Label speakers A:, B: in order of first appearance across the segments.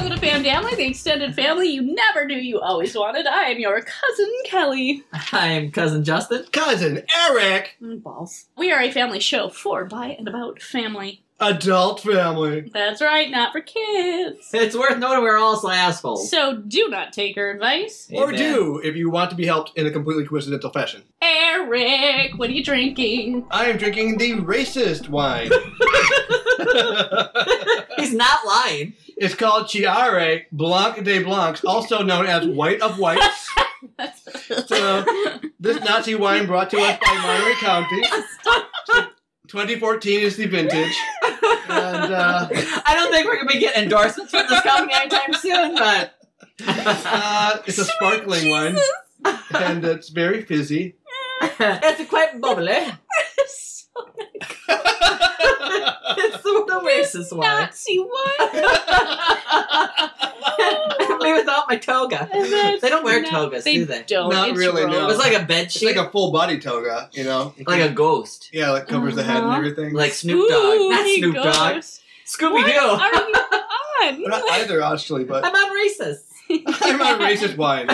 A: family, the extended family you never knew you always wanted. I am your cousin Kelly.
B: I'm cousin Justin.
C: Cousin Eric,
A: Mm, Balls. We are a family show for, by, and about family.
C: adult family.
A: That's right, not for kids.
B: It's worth noting we're also assholes.
A: So do not take her advice.
C: Or
B: Amen.
C: do if you want to be helped in a completely coincidental fashion.
A: Eric, what are you drinking?
C: I am drinking the racist wine.
B: He's not lying.
C: it's called Chiare Blanc de Blancs, also known as White of Whites. So, this Nazi wine brought to us by Monterey County. 2014 is the vintage. And uh,
B: I don't think we're gonna be getting endorsements from this company anytime soon, but
C: uh, it's a sparkling wine. And it's very fizzy.
B: it's quite bubbly. It's the Oasis one.
A: Nazi one. Oh,
B: Me without my toga. They don't wear togas,
A: they
B: do they?
A: Don't.
C: Not
A: It's
C: really, no.
B: It
A: wrong.
B: was like a bed
C: It's
B: sheet,
C: like a full body toga, you know?
B: like a ghost,
C: yeah, like covers the head and
A: Uh-huh.
C: everything.
B: like Snoop Dogg, not
A: Ooh,
B: Snoop Dogg,
A: gross.
B: Scooby
A: What
B: Doo.
A: are you
C: We're
A: on?
C: not either, actually, but
B: I'm on Reese's.
C: I'm on racist wine.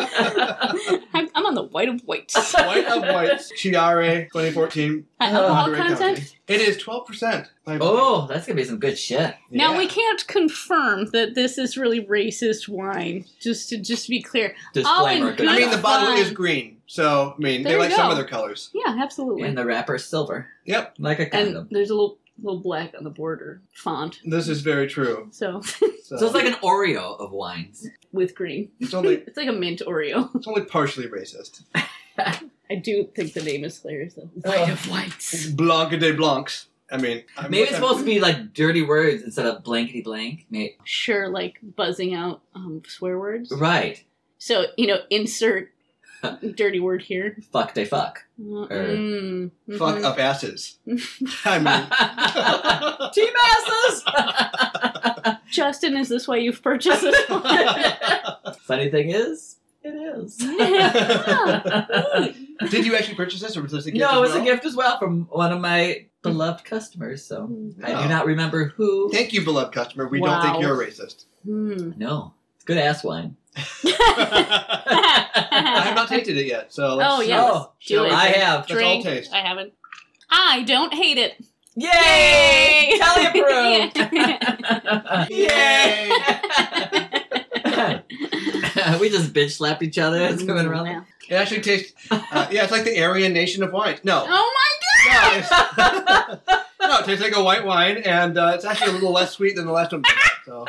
A: I'm, I'm on the white of whites.
C: White of Whites, Chiare 2014.
A: High alcohol
C: Monterey
A: content.
C: County. It is 12%.
B: oh, that's gonna be some good shit.
A: Now
C: Yeah.
A: we can't confirm that this is really racist wine. Just to just to be clear,
B: Disclaimer.
A: in
B: good
A: good-
C: I mean,
B: enough.
C: the bottle
A: Fine.
C: is green, so I mean,
A: There
C: they
A: you
C: like some
A: go.
C: other colors.
A: yeah, absolutely.
B: and the wrapper silver.
C: Yep.
B: like a
A: and
B: condom.
A: there's a little little black on the border font.
C: This is very true.
A: So
C: So,
B: so it's like an Oreo of wines.
A: with green,
C: it's only
A: it's like a mint Oreo.
C: it's only partially racist.
A: I do think the name is hilarious though.
C: Oh.
A: Um,
B: White
A: of whites.
C: Blanc de blancs. I mean, I'm
B: Maybe it's supposed to be like dirty words instead of blankety blank. May-
A: Sure, like buzzing out um, swear words.
B: Right.
A: So you know, insert dirty word here.
B: Fuck they fuck.
A: Mm, mhm.
C: fuck up asses. I mean,
B: Team asses!
A: Justin, is this why you've purchased this one?
B: Funny thing is, it is.
A: Yeah.
C: did you actually purchase this, or was this a gift?
B: no, it was
C: as
B: a
C: well?
B: gift as well from one of my beloved customers, so I
C: Oh.
B: do not remember who.
C: Thank you, beloved customer. We don't
A: Wow.
C: think you're a racist.
A: Hmm.
B: No. It's good ass wine.
C: I have not tasted it yet, so let's
A: Oh,
C: see.
A: yes.
B: Oh,
A: Do it.
B: I have.
C: That's all
A: Drink.
C: taste.
A: I haven't. I don't hate it.
B: Yay!
A: Yay!
B: Kelly approved!
C: Yay!
B: we just bitch slapped each other as we went around.
A: Mm,
C: It actually tastes. Uh, yeah, it's like the Aryan nation of wines. No,
A: yeah. Oh
C: No, it's, no, it tastes like a white wine, and uh, it's actually a little less sweet than the last one. So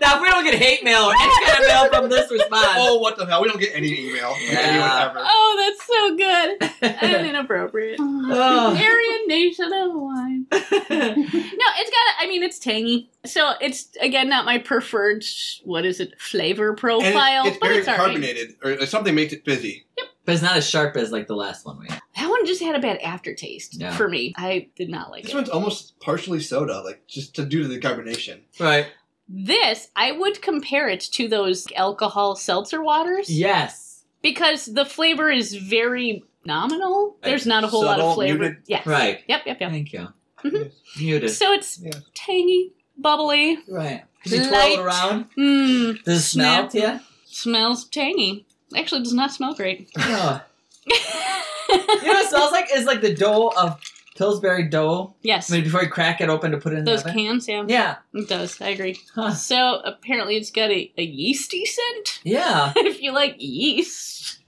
B: now, if we don't get hate mail or any kind of mail from this response,
C: Oh, what the hell? We don't get any email from anyone
B: Yeah.
A: my!
C: ever.
A: Oh, that's so good and inappropriate.
B: Oh.
A: The Aryan nation of wine. No, it's got. I mean, it's tangy. So it's again not my preferred. What is it? Flavor
C: And
A: profile,
C: it's, it's
A: Oh, but
C: very
A: it's alright.
C: carbonated, or something makes it fizzy.
B: but it's not as sharp as like the last one we.
A: That one just had a bad aftertaste
B: Yeah.
A: for me. I did not like
C: This
A: it.
C: one's almost partially soda, like just to, due to the carbonation.
B: Right.
A: This I would compare it to those alcohol seltzer waters.
B: Yes.
A: because the flavor is very nominal.
B: Right.
A: There's not a whole lot
C: Subtle,
A: of flavor.
C: muted.
A: Yes.
B: Right.
A: Yep, yep, yep.
B: Thank you.
A: Mm-hmm.
C: Yes.
B: Muted.
A: So it's
C: Yeah.
A: tangy, bubbly.
B: right. Did you twirl
A: Light.
B: it around?
A: Mmm.
B: Does it smell to you?
A: Smells tangy. Actually, it does not smell great.
B: No. You know what it smells like? It's like the dough of Pillsbury dough.
A: yes.
B: I mean, before you crack it open to put it in
A: Those
B: the oven.
A: cans, yeah.
B: yeah.
A: It does. I agree.
B: Huh.
A: So apparently it's got a, a yeasty scent.
B: Yeah.
A: if you like yeast.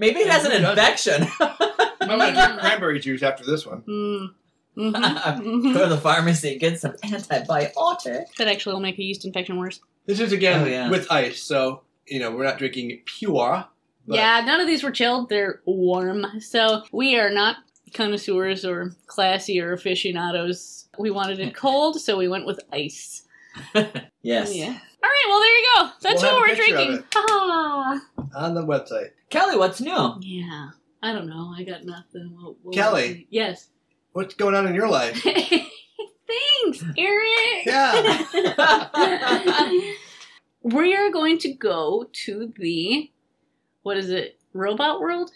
B: Maybe it has an infection.
C: I'm gonna drink cranberry juice after this one.
A: Mm.
B: Go
A: hmm
B: to the pharmacy and get some antibiotic.
A: that actually will make a yeast infection worse.
C: This is again
B: Oh, yeah.
C: with ice, so you know we're not drinking pure. But
A: yeah, none of these were chilled. They're warm. So we are not connoisseurs or classy or aficionados. We wanted it cold, so we went with ice.
B: Yes.
A: Oh, Yeah. All right, well, there you go. That's what
C: We'll have a
A: we're
C: picture of
A: drinking.
C: it.
A: Ah.
C: On the website,
B: Kelly, what's new?
A: Yeah. I don't know. I got nothing. What- what-
C: Kelly.
A: Yes.
C: what's going on in your life?
A: Thanks, Eric.
C: Yeah,
A: we are going to go to the, what is it, Robot World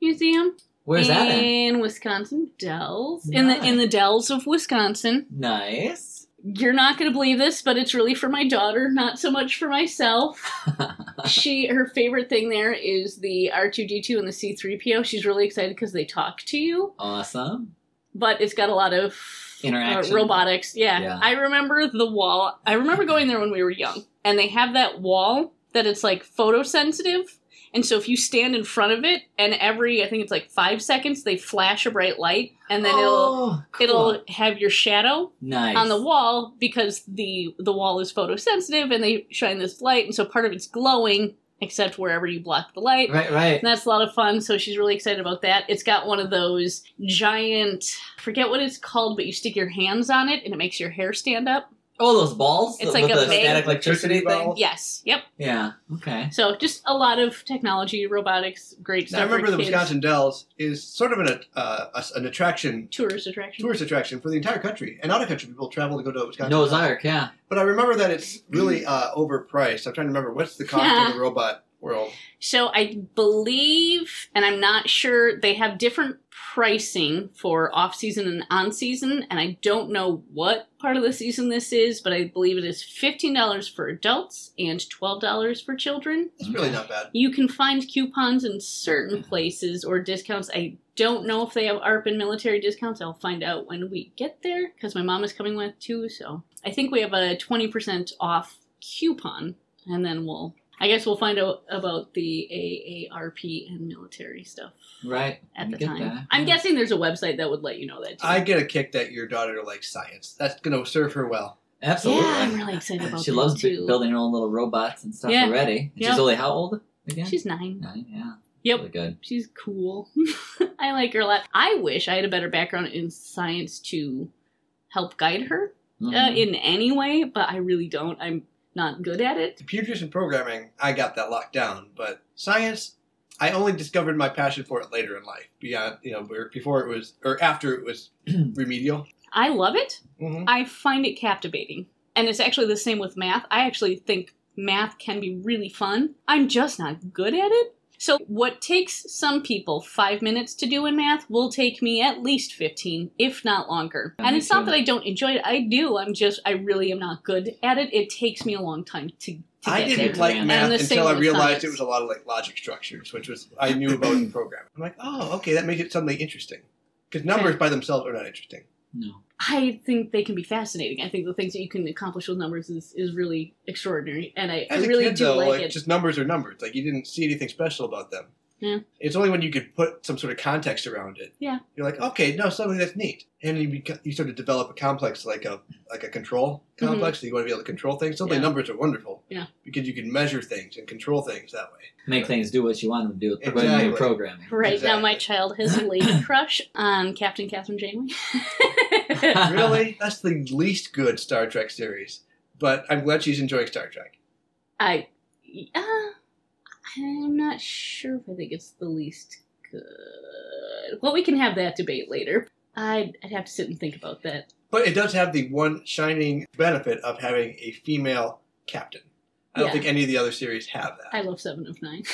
A: Museum?
B: Where's that at?
A: in Wisconsin Dells. In the in the Dells of Wisconsin.
B: Nice.
A: You're not going to believe this, but it's really for my daughter, not so much for myself. she her favorite thing there is the R2D2 and the C3PO. She's really excited cuz they talk to you,
B: Awesome.
A: but it's got a lot of uh,
B: Interaction.
A: robotics. Yeah.
B: Yeah.
A: I remember the wall. I remember going there when we were young, and they have that wall that it's like photosensitive. And so if you stand in front of it, and every I think it's like five seconds they flash a bright light, and then
B: oh, cool.
A: it'll it'll have your shadow
B: nice
A: on the wall because the the wall is photosensitive, and they shine this light, and so part of it's glowing except wherever you block the light.
B: Right, right.
A: And that's a lot of fun. So she's really excited about that. It's got one of those giant, I forget what it's called, but you stick your hands on it and it makes your hair stand up.
B: Oh, those balls.
A: It's
B: with
A: like a
B: the
A: big-
B: static electricity
C: Electricity
B: thing.
C: balls.
A: Yes. Yep.
B: Yeah. Okay.
A: So just a lot of technology, robotics, great stuff.
C: I remember
A: for
C: the
A: kids.
C: Wisconsin Dells is sort of an uh, a, an attraction,
A: tourist attraction.
C: tourist attraction for the entire country, and out of country people travel to go to Wisconsin.
B: Noah's Ark. Yeah.
C: But I remember that it's really uh, overpriced. I'm trying to remember what's the cost in the robot world.
A: So I believe, and I'm not sure, they have different pricing for off season and on season. And I don't know what part of the season this is, but I believe it is $15 for adults and $12 for children.
C: It's really not bad.
A: You can find coupons in certain places or discounts. I don't know if they have ARP and military discounts. I'll find out when we get there because my mom is coming with too. So I think we have a 20% off coupon and then we'll, I guess we'll find out about the AARP and military stuff
B: Right.
A: at
B: You
A: the
B: get
A: time.
B: that,
A: I'm
B: yeah.
A: guessing there's a website that would let you know that too.
C: I get a kick that your daughter likes science. That's going to serve her well.
B: Absolutely.
A: yeah, I'm really excited about
B: she
A: that
B: loves bu-
A: too.
B: building her own little robots and stuff
A: Yeah.
B: already. And
A: Yep.
B: She's only how old again?
A: She's nine.
B: nine. Yeah.
A: Yep.
B: Really good.
A: She's cool. I like her a lot. I wish I had a better background in science to help guide her uh,
B: Mhm.
A: in any way, but I really don't. I'm not good at it.
C: Computers and programming, I got that locked down. But science, I only discovered my passion for it later in life. Beyond, you know, where- before it was or after it was remedial.
A: I love it.
C: Mm-hmm.
A: I find it captivating. And it's actually the same with math. I actually think math can be really fun. I'm just not good at it. So, what takes some people five minutes to do in math will take me at least 15, if not longer.
B: Yeah,
A: and
B: me
A: it's not
B: too.
A: that I don't enjoy it, I do. I'm just, I really am not good at it. It takes me a long time to, to
C: I
A: get
C: didn't
A: there.
C: like
B: And
C: math
A: the same
C: until I
A: with
C: realized
A: science.
C: it was a lot of like logic structures, which was I knew about in programming. I'm like, oh, okay, that makes it suddenly interesting. Because numbers by themselves are not interesting.
B: No.
A: I think they can be fascinating. I think the things that you can accomplish with numbers is, is really extraordinary. And I, I
C: As a
A: really
C: kid,
A: do
C: though,
A: like,
C: like,
A: it.
C: just numbers are numbers. Like you didn't see anything special about them.
A: Yeah.
C: It's only when you could put some sort of context around it.
A: Yeah.
C: You're like, okay, no, suddenly that's neat, and you beco- you sort of develop a complex, like a like a control
A: Mhm.
C: complex. that You want to be able to control things. Suddenly,
A: Yeah.
C: numbers are wonderful.
A: Yeah.
C: Because you can measure things and control things that way.
B: Make things do what you want them to do with when
C: Exactly.
B: you're programming.
A: Right now, my
C: Exactly.
A: child has a lady crush on Captain Catherine Janeway.
C: really, that's the least good Star Trek series. But I'm glad she's enjoying Star Trek.
A: I, uh, I'm not sure if I think it's the least good. Well, we can have that debate later. I'd, I'd have to sit and think about that.
C: But it does have the one shining benefit of having a female captain. I don't
A: Yeah.
C: think any of the other series have that.
A: I love Seven of Nine.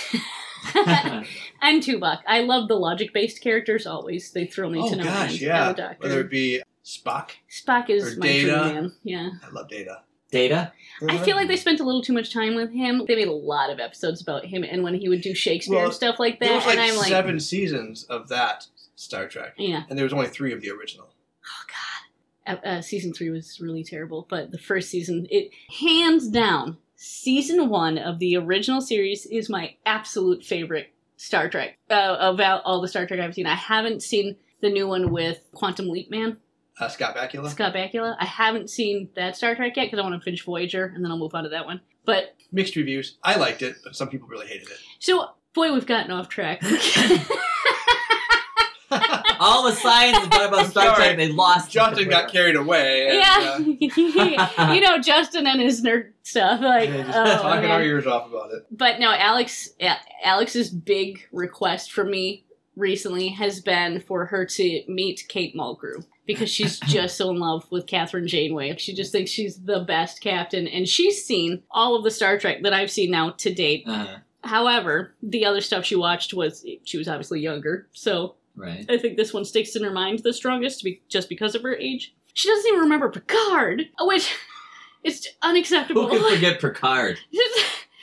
A: and Tuvok. I love the logic based characters always. They throw me
C: oh
A: to no
C: gosh,
A: end.
C: yeah.
A: Our doctor.
C: Whether it be Spock,
A: Spock is
C: or
A: my
C: Data.
A: dream man. Yeah.
C: I love Data.
B: Data.
A: I feel like they spent a little too much time with him. They made a lot of episodes about him and when he would do Shakespeare
C: Well,
A: and stuff like
C: there
A: that.
C: was like
A: and I'm like,
C: seven seasons of that Star Trek,
A: yeah.
C: and there was only three of the original.
A: Uh, uh, season three was really terrible, but the first season, it hands down, season one of the original series is my absolute favorite Star Trek. Uh, about all the Star Trek I've seen, I haven't seen the new one with Quantum Leap Man,
C: Uh, Scott Bakula.
A: Scott Bakula. I haven't seen that Star Trek yet because I want to finish Voyager and then I'll move on to that one. But
C: Mixed reviews. I liked it, but some people really hated it.
A: so, boy, we've gotten off track.
B: All the science and talk about Star
C: Sorry.
B: Trek, they lost.
C: Justin got carried away. and,
A: yeah,
C: uh,
A: you know Justin and his nerd stuff. Like,
C: yeah, just
A: oh,
C: talking
A: man.
C: our ears off about it.
A: but no, Alex A- Alex's big request for me recently has been for her to meet Kate Mulgrew because she's just so in love with Catherine Janeway. She just thinks she's the best captain, and she's seen all of the Star Trek that I've seen now to date.
B: Uh-huh.
A: However, the other stuff she watched was she was obviously younger, so
B: Right.
A: I think this one sticks in her mind the strongest be- just because of her age. She doesn't even remember Picard, oh, which it's
B: Who
A: unacceptable.
B: could forget Picard?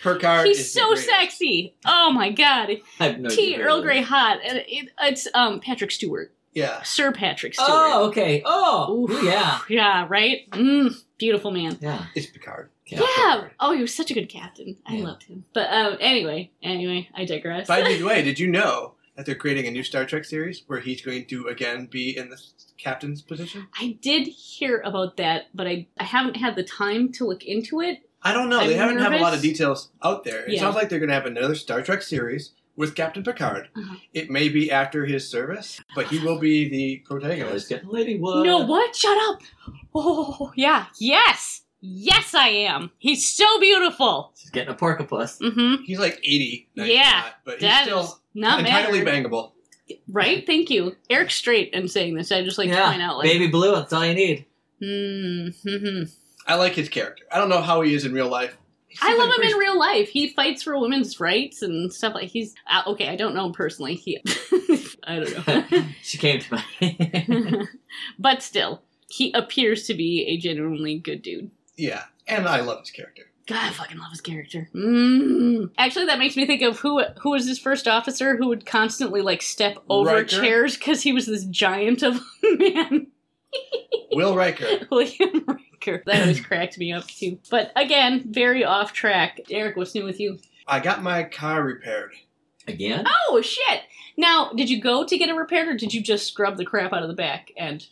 C: Her card.
A: He's
C: is
A: so
C: great.
A: sexy. Oh my god.
B: I have no
A: Tea
B: idea who
A: Earl
B: it
A: Grey
B: is.
A: hot. And it, it's um Patrick Stewart.
C: Yeah.
A: Sir Patrick Stewart.
B: Oh, okay. Oh,
A: Oof.
B: ooh, yeah.
A: Yeah, right? Mm, beautiful man.
B: Yeah.
C: It's Picard.
A: Yeah. Oh, he was such a good captain. I
B: Yeah.
A: loved him. But um anyway, anyway, I digress.
C: By the way, did you know that they're creating a new Star Trek series where he's going to again be in the captain's position?
A: I did hear about that, but I, I haven't had the time to look into it.
C: I don't know. they
A: I'm
C: haven't have a lot of
A: nervous.
C: details out there. It
A: Yeah.
C: sounds like they're going to have another Star Trek series with Captain Picard.
A: Uh-huh.
C: It may be after his service, but he will be the
B: Yeah,
C: protagonist.
B: let's get Lady Wood.
A: No, what? Shut up. Oh, yeah. Yes. Yes, I am. He's so beautiful.
B: She's getting a porcupus.
A: Mm-hmm.
C: He's like 80. now, he's
A: Yeah,
C: not, but he's
A: That
C: still
A: is not
C: entirely
A: matter.
C: bangable.
A: Right? Thank you. Eric Strait, I'm saying this. I just like to
B: yeah.
A: point out, like,
B: Baby blue. That's all you need.
A: mm-hmm.
C: I like his character. I don't know how he is in real life. He
A: I
C: seems
A: love
C: like
A: him
C: a pretty-
A: in real life. He fights for women's rights and stuff like he's uh, okay. I don't know him personally. He, I don't
B: she came to my.
A: know, but still, he appears to be a genuinely good dude.
C: Yeah, and I love his character.
A: God, I fucking love his character.
C: Mm-hmm.
A: Mm. Actually, that makes me think of who who was his first officer who would constantly like step over
C: Riker?
A: chairs because he was this giant of a man,
C: Will Riker.
A: William Riker. That always cracked me up too. But again, very off track. Eric, what's new with you?
C: I got my car repaired.
B: Again?
A: Oh shit! Now, did you go to get it repaired, or did you just scrub the crap out of the back end?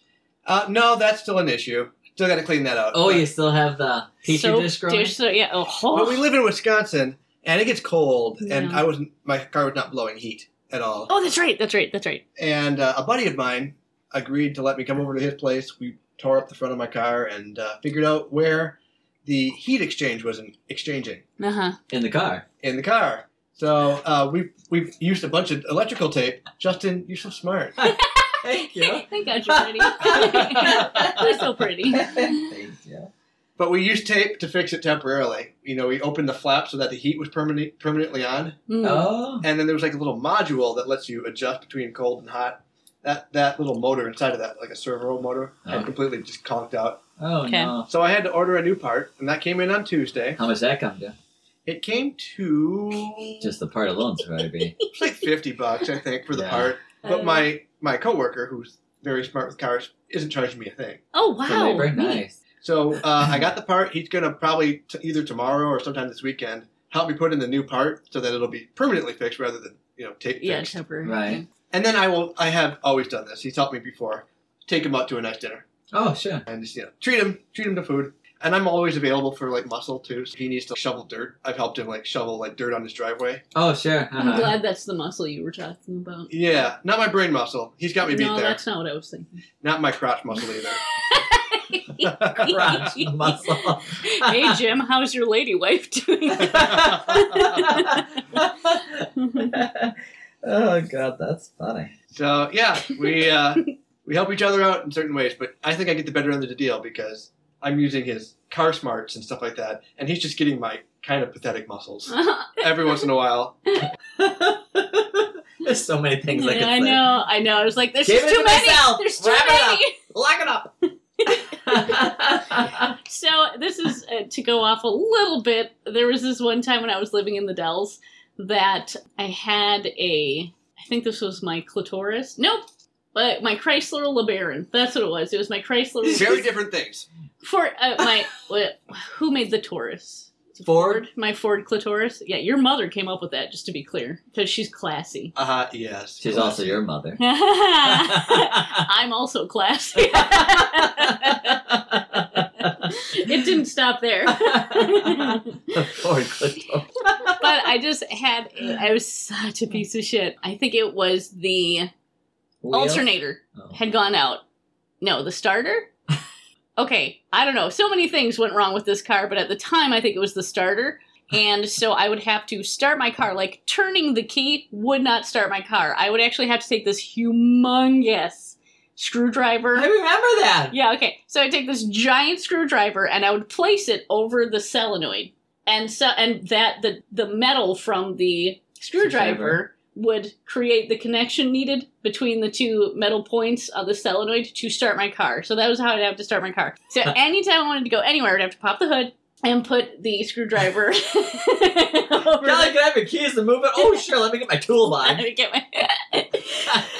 C: Uh, no, that's still an issue. Still got to clean that out.
B: Oh,
C: But-
B: you still have the petri
A: Soap,
B: dish growing?
A: dish, so yeah. Oh,
C: Well, we live in Wisconsin, and it gets cold, and
A: Yeah.
C: I was my car was not blowing heat at all.
A: oh, that's right. That's right. That's right.
C: And uh, a buddy of mine agreed to let me come over to his place. We tore up the front of my car and uh, figured out where the heat exchange was in, exchanging
A: Uh huh.
B: In the car.
C: in the car. So uh, we've we've used a bunch of electrical tape. Justin, you're so smart.
B: Thank you.
A: Thank God you're pretty. You're so pretty.
B: Thank you.
C: But we used tape to fix it temporarily. You know, we opened the flap so that the heat was permanent, permanently on.
A: Mm.
B: Oh.
C: and then there was like a little module that lets you adjust between cold and hot. That that little motor inside of that, like a servo motor,
B: Oh.
C: had completely just conked out.
B: Oh,
A: Okay.
B: no.
C: So I had to order a new part, and that came in on Tuesday.
B: How much that come to?
C: It came to
B: Just the part alone's probably be.
C: it's like fifty bucks, I think, for the
B: Yeah.
C: part. But
A: Uh,
C: my my coworker, who's very smart with cars, isn't charging me a thing.
A: Oh
B: For
A: wow.
B: labor?
A: neat.
B: Nice.
C: So uh, I got the part. He's gonna probably t- either tomorrow or sometime this weekend help me put in the new part so that it'll be permanently fixed rather than you know tape
A: Yeah,
C: fixed.
A: temporary.
B: Right.
C: And then I will. I have always done this. He's helped me before. Take him out to a nice dinner
B: Oh, sure.
C: and just you know treat him, treat him to food. And I'm always available for like muscle too. So if he needs to shovel dirt, I've helped him like shovel like dirt on his driveway.
B: Oh, sure.
A: I'm
B: Uh-huh.
A: glad that's the muscle you were talking about.
C: Yeah, not my brain muscle. He's got me beat
A: no,
C: there.
A: that's not what I was thinking.
C: Not my crotch muscle either.
B: Crotch muscle.
A: hey Jim, how's your lady wife doing?
B: oh, God, that's funny.
C: so yeah, we uh, we help each other out in certain ways. But I think I get the better end of the deal because I'm using his car smarts and stuff like that, and he's just getting my kind of pathetic muscles every once in a while.
B: There's so many things I
A: Yeah,
B: could
A: I
B: say.
A: know, I know. I was like, there's
B: Give
A: just
B: it to
A: too many.
B: myself.
A: There's too
B: Wrap it
A: many.
B: up. Lock it up.
A: So this is uh, to go off a little bit. There was this one time when I was living in the Dells that I had a. I think this was my clitoris. Nope. But my Chrysler LeBaron. That's what it was. It was my Chrysler.
C: Very different things.
A: For uh, my what, who made the Taurus?
B: Ford.
A: My Ford clitoris. Yeah, your mother came up with that. Just to be clear, because she's classy.
C: Uh, yes.
B: She's also your mother.
A: I'm also classy. it didn't stop there.
B: The Ford clitoris.
A: but I just had a, I was such a piece of shit. I think it was the
B: Wheels?
A: alternator
B: Oh.
A: had gone out. No, the starter? okay, I don't know. So many things went wrong with this car, but at the time I think it was the starter. And so I would have to start my car. Like turning the key would not start my car. I would actually have to take this humongous screwdriver.
B: I remember that.
A: Yeah, okay. So I take this giant screwdriver and I would place it over the solenoid. And so and that the the metal from the screwdriver
B: Screwdriver.
A: would create the connection needed between the two metal points of the solenoid to start my car. So that was how I'd have to start my car. So anytime I wanted to go anywhere, I'd have to pop the hood and put the screwdriver over
B: Golly,
A: the-
B: can I have your keys to move it? Oh, sure. Let me get my toolbox.
A: Get my-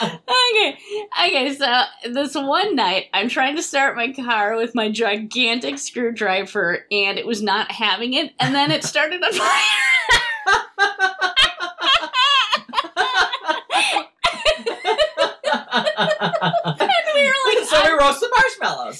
A: okay, okay. So this one night, I'm trying to start my car with my gigantic screwdriver, and it was not having it. And then it started on fire. and we were like,
B: so we
A: on-
B: roast the marshmallows.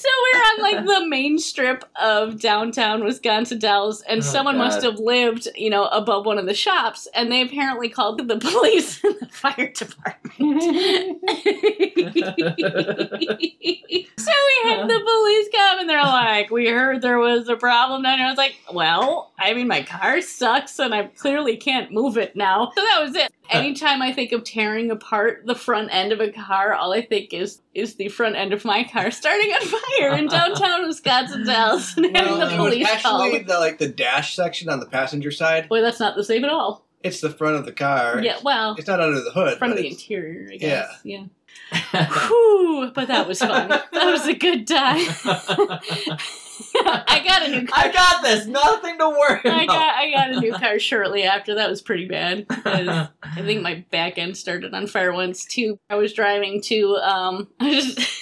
A: so we were on like the main strip of downtown Wisconsin Dells, and
B: Oh,
A: someone
B: God.
A: must have lived, you know, above one of the shops, and they apparently called the police and the fire department. So we had the police come and they're like, We heard there was a problem down here. I was like, Well, I mean, my car sucks and I clearly can't move it now. So that was it.
C: Uh.
A: Anytime I think of tearing apart the front end of a car, all I think is is the front end of my car starting on fire in downtown Wisconsin Dells and having
C: Well,
A: the
C: it was
A: police
C: actually
A: called.
C: the like the dash section on the passenger side.
A: Boy, that's not the same at all.
C: It's the front of the car.
A: Yeah, well,
C: It's not under the hood.
A: front
C: but
A: of the
C: it's-
A: interior, I guess. Yeah. Whew, but that was fun. That was a good time. I got a new car.
B: I got this. Nothing to worry
A: I
B: about.
A: got I got a new car shortly after. That was pretty bad. 'cause I think my back end started on fire once too. I was driving to um I was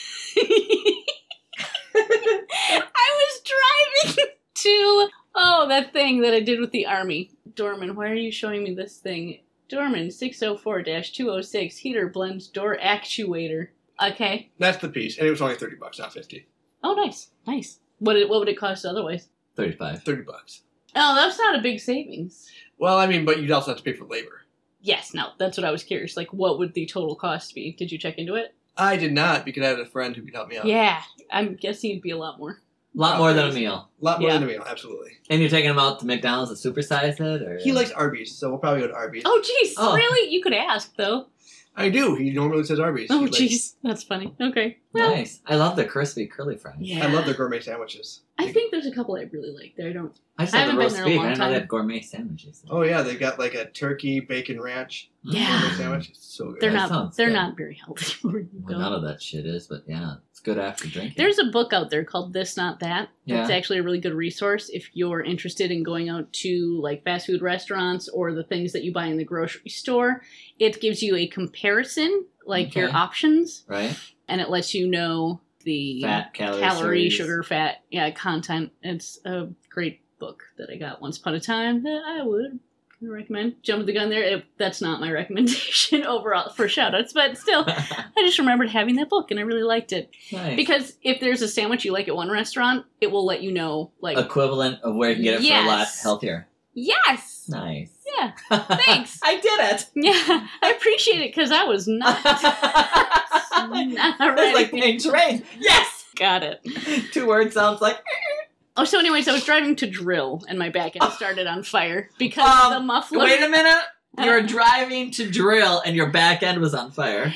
A: I was driving to oh that thing that I did with the army. Dorman, why are you showing me this thing? Dorman 604-206 heater blends door actuator. Okay.
C: That's the piece, and it was only thirty bucks, not fifty.
A: Oh nice. Nice. What did, what would it cost otherwise?
B: 35.
C: Thirty bucks.
A: Oh, that's not a big savings.
C: Well, I mean, but you'd also have to pay for labor.
A: Yes, no, that's what I was curious. Like, what would the total cost be? Did you check into it?
C: I did not because I had a friend who could help me out.
A: Yeah, I'm guessing it'd be a lot more.
B: A lot more than a meal.
C: A lot more
A: Yeah.
C: than a meal, absolutely.
B: And you're taking them out to McDonald's to supersize it? Or?
C: He likes Arby's, so we'll probably go to Arby's.
A: Oh, jeez,
B: Oh.
A: really? You could ask though.
C: I do. He normally says Arby's. He
A: Oh,
C: likes-
A: jeez, that's funny. Okay, well,
B: Nice. I love the crispy curly fries.
A: yeah,
C: I love their gourmet sandwiches.
A: I think there's a couple I really like. There, I don't.
B: I just
A: I
B: love
A: haven't
B: the
A: been
B: roast
A: there in a
B: beef.
A: long
B: I didn't know they
A: time.
B: have gourmet sandwiches.
C: Oh yeah, they got like a turkey bacon ranch
A: Yeah.
C: gourmet sandwich. It's so good.
A: They're
B: that
A: not.
B: sounds
A: They're
B: good.
A: not very healthy. Where you
B: Well, none
A: go.
B: of that shit is, but yeah, it's good after drinking.
A: There's a book out there called This Not That.
B: Yeah.
A: It's actually a really good resource if you're interested in going out to like fast food restaurants or the things that you buy in the grocery store. It gives you a comparison, like your
B: Okay.
A: options,
B: right
A: and it lets you know the
B: fat calorie,
A: calorie,
B: series.
A: sugar, fat, yeah, content. It's a great book that I got once upon a time that I would recommend. Jump the gun there. It, that's not my recommendation overall for shout outs, but still, I just remembered having that book and I really liked it.
B: nice.
A: Because if there's a sandwich you like at one restaurant, it will let you know, like,
B: equivalent of where you can get it for a lot
A: Yes.
B: healthier.
A: yes!
B: Nice.
A: Yeah, thanks.
B: I did it.
A: yeah, I appreciate it because I was not. not
B: It's like
A: ready.
B: being trained. Yes.
A: Got it.
B: Two words sounds like
A: Oh, so anyways, I was driving to drill and my back end started on fire because
B: Oh. Um,
A: the muffler.
B: Wait a minute. You're driving to drill and your back end was on fire.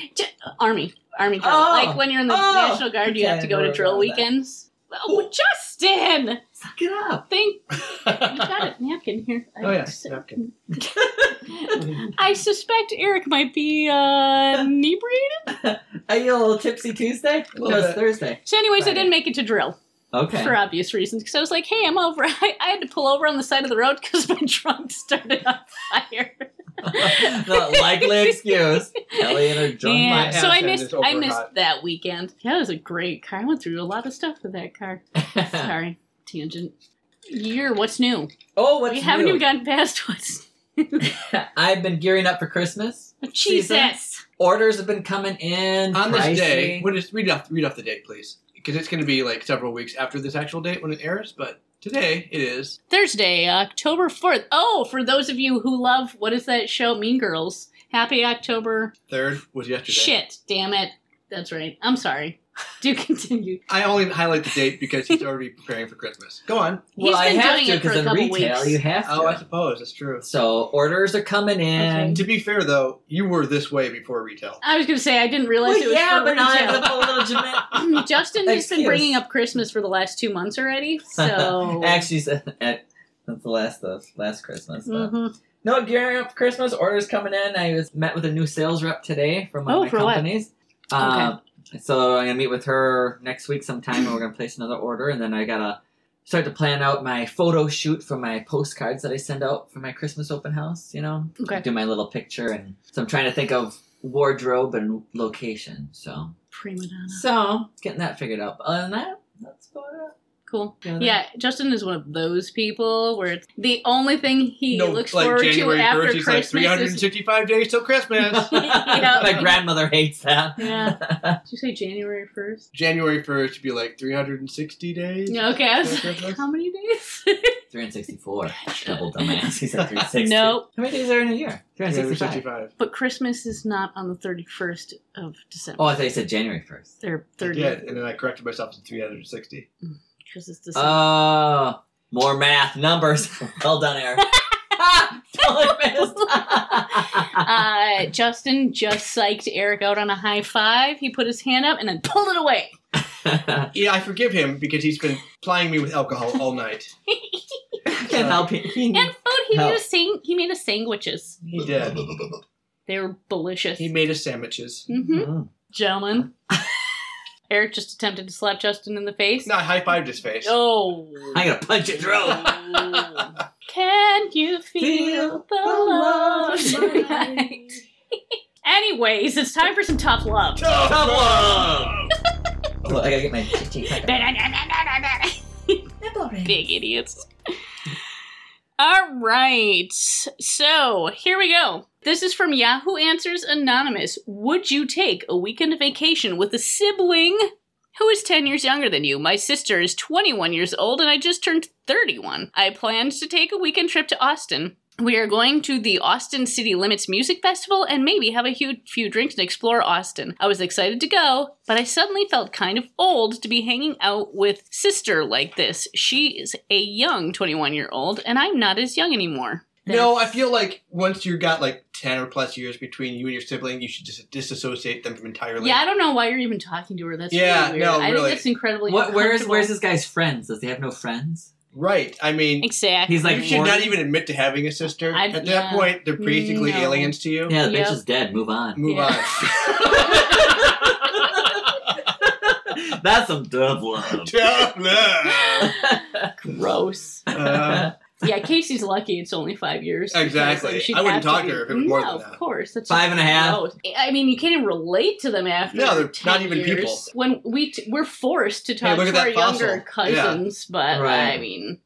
A: Army, army drill.
B: Oh.
A: like when you're in the
B: Oh.
A: National Guard, you
B: Okay,
A: have to go
B: I
A: to
B: know
A: drill
B: about that.
A: weekends. Oh, Justin!
B: Suck it up.
A: Thank you. Got a napkin here.
C: Oh yeah,
A: I,
C: napkin.
A: I suspect Eric might be uh, inebriated.
B: Are you a little tipsy Tuesday?
C: little
B: no, it's
C: bit.
B: Thursday.
A: So, anyways, I
B: Right.
A: didn't make it to drill
B: Okay.
A: for obvious reasons because I was like, "Hey, I'm over." I, I had to pull over on the side of the road because my trunk started on fire.
B: the likely excuse. Kelly and her drunk
A: Yeah,
C: my
A: so
C: ass
A: I
C: and
A: missed
C: it's over
A: I missed
C: hot.
A: that weekend. That was a great car. I went through a lot of stuff with that car.
B: mind.
A: Sorry, tangent. Year, what's new?
B: oh, what's
A: we haven't
B: new?
A: even gotten past what's
B: I've been gearing up for Christmas.
A: Jesus.
B: Orders have been coming in.
C: On this
B: pricey.
C: day, what is read off read off the date, please, because it's going to be like several weeks after this actual date when it airs. But today it is.
A: Thursday, October fourth. Oh, for those of you who love what is that show, Mean Girls. Happy October.
C: Third was yesterday.
A: Shit, damn it. That's right. I'm sorry. Do continue.
C: I only highlight the date because he's already preparing for Christmas. Go on.
A: He's
B: well, I
A: been
B: have
A: doing
B: to,
A: it for
B: 'cause
A: a
B: in
A: couple
B: retail,
A: weeks.
B: you have to.
C: Oh, I suppose that's true.
B: so orders are coming in.
A: Okay.
C: To be fair, though, you were this way before retail.
A: I was gonna say I didn't realize
B: Well,
A: it was
B: yeah,
A: for
B: but now I
A: retail.
B: have a legitimate.
A: Justin has been
B: Excuse.
A: bringing up Christmas for the last two months already, so
B: Actually, so- uh, That's the last of last Christmas. but-
A: Mhm.
B: No, gearing up for Christmas. Orders coming in. I was met with a new sales rep today from one
A: Oh,
B: of my
A: for what?
B: companies. Um, so I'm gonna meet with her next week sometime, and we're gonna place another order, and then I gotta start to plan out my photo shoot for my postcards that I send out for my Christmas open house. You know,
A: Okay.
B: do my little picture, and so I'm trying to think of wardrobe and location. So,
A: Prima donna.
B: so getting that figured out. But other than that, that's about it.
A: Cool.
B: Yeah.
A: Yeah, Justin is one of those people where it's the only thing he looks forward to after
C: he's like
A: Christmas is.
C: 365 days till Christmas.
A: Yeah.
B: My grandmother hates that.
A: Yeah. Did you say January first?
C: January 1st would be like 360 days.
A: Yeah. Okay. I was
C: Till
A: like,
C: Christmas.
A: how many days?
B: 364. Double dumbass. He said 360.
A: Nope.
B: How many days are in a year? 365.
C: 365.
A: But Christmas is not on the thirty first of December.
B: Oh, I thought you said January 1st.
A: They're
C: I
A: thirty
C: did, and then I corrected myself to 360.
A: because it's
C: Uh,
A: December.
B: Oh, more math, numbers. well done, Eric. Ah, totally missed.
A: uh, Justin just psyched Eric out on a high five. He put his hand up and then pulled it away.
C: Yeah, I forgive him because he's been plying me with alcohol all night.
B: Can't help it.
A: And food, he
B: No.
A: made a sang- he made us sandwiches.
C: He did.
A: They were delicious.
C: He made us sandwiches.
A: hmm Gentlemen, Eric just attempted to slap Justin in the face.
C: No, I high fived his face.
A: Oh.
B: I'm going to punch it through.
A: Oh. Can you feel, the love tonight? Anyways, it's time for some tough love.
C: Tough
B: Tough
C: love!
B: Look, I got to get my cheek
A: Big idiots. All right. So here we go. This is from Yahoo Answers Anonymous. Would you take a weekend vacation with a sibling who is 10 years younger than you? My sister is 21 years old and I just turned 31. I planned to take a weekend trip to Austin. We are going to the Austin City Limits Music Festival and maybe have a hu- few drinks and explore Austin. I was excited to go, but I suddenly felt kind of old to be hanging out with sister like this. She is a young 21 year old, and I'm not as young anymore.
C: No, I feel like once you got like 10 or plus years between you and your sibling, you should just disassociate them from entirely.
A: Yeah, I don't know why you're even talking to her. That's
C: Yeah,
A: really weird.
C: no,
A: I think
C: really.
A: that's incredibly.
B: What? Where is
A: uncomfortable.
B: Where's this guy's friends? Does he have no friends?
C: Right. I mean,
A: exactly?
B: He's like
C: you should not
B: 40?
C: even admit to having a sister.
A: I-
C: At
A: yeah.
C: that point, they're basically
A: No.
C: aliens to you.
B: Yeah, the
A: Yep.
B: bitch is dead. Move on.
C: Move
A: Yeah.
B: That's some tough love.
C: on. Tough love.
A: gross.
C: Uh,
A: Yeah, Casey's lucky it's only five years. because,
C: Exactly.
A: like, she'd
C: I wouldn't
A: have
C: talk
A: be-
C: to her if it was more
A: no,
C: than that.
A: of course. That's
B: Five and a half.
A: gross. I mean, you can't even relate to them after.
C: No, they're
A: 10
C: not even
A: years.
C: people.
A: When we t- we're forced to talk
C: look
A: to
C: at
A: our
C: that fossil.
A: younger cousins, but
B: Right.
A: I mean,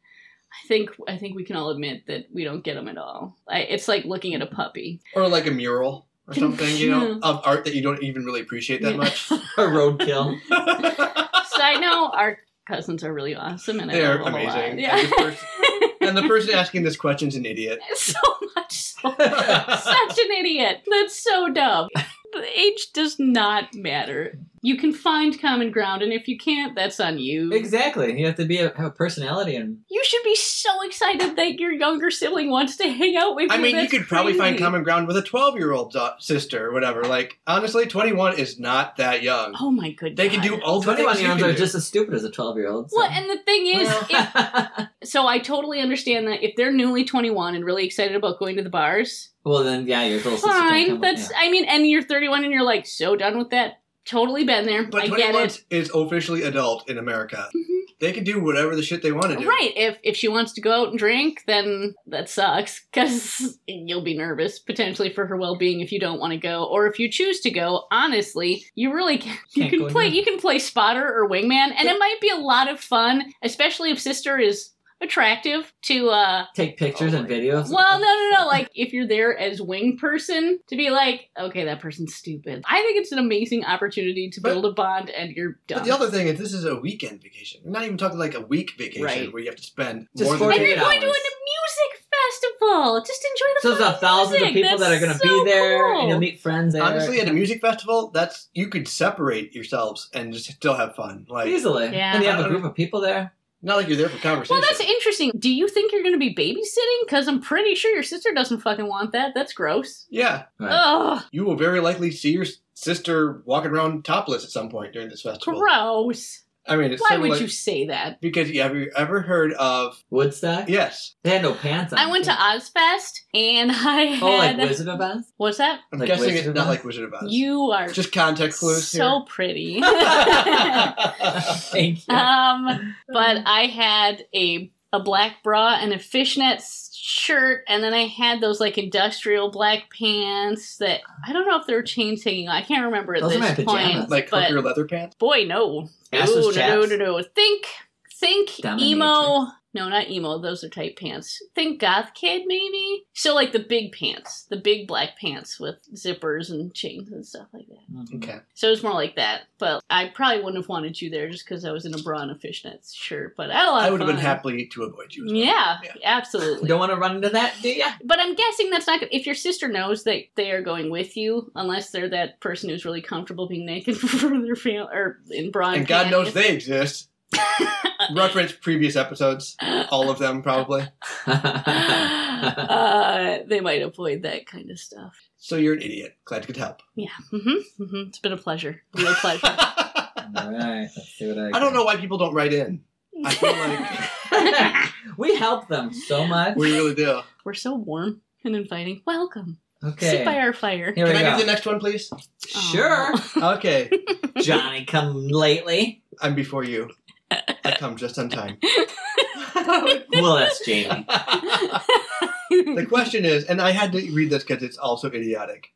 A: I think I think we can all admit that we don't get them at all. I, it's like looking at a puppy.
C: or like a mural or something, you know,
A: Yeah.
C: of art that you don't even really appreciate that
A: Yeah.
C: much.
B: a roadkill.
A: Side note: our cousins are really awesome, and I
C: They're
A: love them a lot.
C: amazing.
A: Yeah.
C: And, the person, and the person asking this question's an idiot.
A: so much so such an idiot. That's so dumb. The age does not matter. You can find common ground, and if you can't, that's on you.
B: exactly. You have to be a, have a personality and
A: You should be so excited that your younger sibling wants to hang out with you.
C: I mean, you
A: That's
C: could probably find
A: crazy.
C: common ground with a 12 year old sister or whatever. Like, honestly, 21 is not that young.
A: Oh my goodness.
C: they can do all the
B: twenty-one
C: things you
B: year olds
C: can
B: are
C: do.
B: just as stupid as a twelve-year-old.
A: Well, and the thing is, if,
B: Well.
A: so I totally understand that if they're newly 21 and really excited about going to the bars,
B: well, then yeah, your little sister can't
A: fine.
B: come
A: That's,
B: With,
A: I mean, and you're 31 and you're like, so done with that. Totally been there.
C: But
A: I
C: 21
A: get it.
C: is officially adult in America.
A: Mhm.
C: They can do whatever the shit they want to do.
A: Right. If if she wants to go out and drink, then that sucks because you'll be nervous potentially for her well being if you don't want to go, or if you choose to go. Honestly, you really can, you
B: Can't
A: can
B: go
A: play
B: now.
A: you can play spotter or wingman, and it might be a lot of fun, especially if sister is attractive to uh
B: yeah. Take pictures
C: Oh,
B: and videos.
A: well no no no like if you're there as wing person to be like okay that person's stupid i think it's an amazing opportunity to
C: But-
A: build a bond and you're done
C: But the other thing is, this is a weekend vacation. We're not even talking like a week vacation
A: Right.
C: where you have to spend
B: Just
C: more than
A: and you're
B: 48
A: going to a
B: hours.
A: music festival just enjoy the
B: So there's
A: fun
B: a thousands of
A: music.
B: people that are going to
A: That's so
B: be there,
A: cool.
B: and you'll meet friends there.
C: Honestly, at a music festival, that's you could separate yourselves and just still have fun. Like
B: easily,
A: Yeah.
B: and you have a group of people there.
C: not like you're there for conversation.
A: Well, that's interesting. Do you think you're going to be babysitting? Because I'm pretty sure your sister doesn't fucking want that. That's gross.
C: yeah,
B: Right.
A: Ugh,
C: you will very likely see your s- sister walking around topless at some point during this festival.
A: gross.
C: I mean, it's
A: Why
C: sort of
A: would
C: like-
A: you say that?
C: Because yeah, have you ever heard of?
B: Woodstock?
C: Yes,
B: They had no pants on.
A: I went to
B: too.
A: Ozfest and I had.
B: Oh, like Wizard of Oz?
A: What's that?
C: I'm
B: Like
C: guessing
B: Wizard
C: it's
B: of
C: not
B: Oz?
C: like Wizard of Oz.
A: You are
C: just context clues
A: so
C: here.
A: pretty.
B: Thank you.
A: um, but I had a a black bra and a fishnet s- shirt, and then I had those like industrial black pants that I don't know if they were chain hanging. I can't remember at
B: Those are
A: this
B: my
A: point.
B: pajamas.
C: like
A: but
C: hooker leather pants.
A: boy, no,
B: Assless
A: no, no, no,
B: chaps.
A: no, no. Think, think
B: Dominatrix.
A: emo. No, not emo. Those are tight pants. Think goth kid, maybe. So like the big pants, the big black pants with zippers and chains and stuff like that.
B: Mhm.
C: Okay,
A: So it was more like that. But I probably wouldn't have wanted you there just because I was in a bra and a fishnet shirt. But I had a lot
C: I
A: of
C: would have been
A: fun.
C: happy to avoid you. As well.
A: Yeah,
C: Yeah.
B: You
A: absolutely.
B: don't want to run into that, do ya?
A: but I'm guessing that's not. If your sister knows that they are going with you, unless they're that person who's really comfortable being naked for their family or in bra and,
C: and God knows
A: panties.
C: they exist. Reference previous episodes, all of them probably.
A: uh, they might avoid that kind of stuff.
C: So you're an idiot. Glad you could help.
A: Yeah, mm-hmm, mm-hmm. it's been a pleasure, real pleasure.
C: I
B: All right. Let's see what I.
C: don't know why people don't write in. I feel like
B: know. we help them so much.
C: we really do.
A: We're so warm and inviting. Welcome. Sit
B: Okay.
A: by our fire.
B: Here
C: Can
B: we
C: I
B: go.
C: give the next one, please?
B: Sure,
C: Okay,
B: Johnny, come lately.
C: I'm before you. I come just on time.
B: We'll ask Jamie.
C: The question is, and I had to read this because it's also idiotic.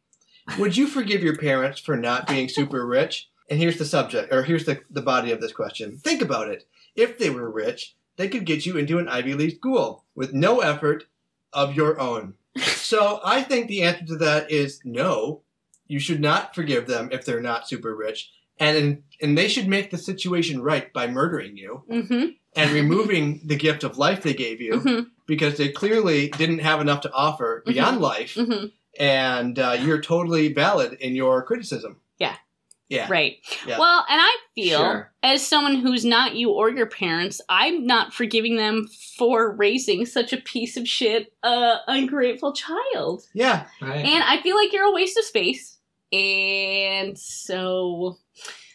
C: Would you forgive your parents for not being super rich? And here's the subject, or here's the, the body of this question. Think about it. If they were rich, they could get you into an Ivy League school with no effort of your own. So I think the answer to that is no. You should not forgive them if they're not super rich. And, and they should make the situation right by murdering you
A: hmm
C: and removing the gift of life they gave you
A: hmm
C: because they clearly didn't have enough to offer
A: Mm-hmm.
C: beyond life,
A: hmm
C: and uh, you're totally valid in your criticism.
A: Yeah.
C: Yeah.
A: Right.
C: Yeah.
A: Well, and I feel
B: Sure.
A: as someone who's not you or your parents, I'm not forgiving them for raising such a piece of shit, uh, ungrateful child.
C: Yeah.
B: Right.
A: And I feel like you're a waste of space. And so,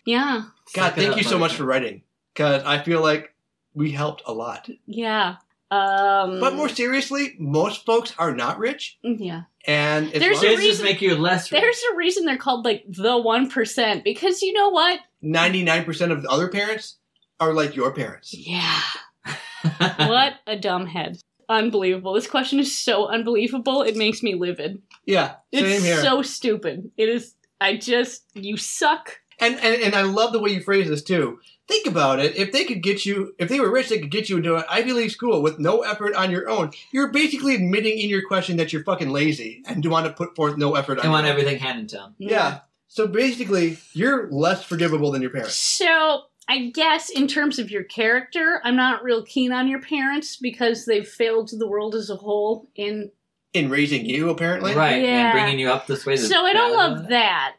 A: yeah,
C: God,
B: Suck it
C: thank
B: up,
C: you so much
B: motherfucker.
C: for writing because I feel like we helped a lot.
A: yeah. Um, mm,
C: But more seriously, most folks are not rich,
A: yeah.
C: and as
A: There's a
C: long
B: Kids just
C: as
A: reason-
B: make you less rich.
A: There's a reason they're called like the one percent because you know what?
C: 99% of the other parents are like your parents.
A: Yeah. What a dumb head. Unbelievable. This question is so unbelievable. It makes me livid.
C: Yeah, same
A: It's
C: here.
A: so stupid. It is. I just. You suck.
C: And, and and I love the way you phrase this too. Think about it. If they could get you, if they were rich, they could get you into an Ivy League school with no effort on your own. You're basically admitting in your question that you're fucking lazy and do want to put forth no effort on.
B: They want
C: your own.
B: everything handed to them.
C: Yeah. So basically, you're less forgivable than your parents.
A: So I guess in terms of your character, I'm not real keen on your parents because they've failed the world as a whole. In
C: In raising you, apparently.
B: Right.
A: Yeah.
B: And bringing you up this way. to
A: so I don't
B: validate
A: love that.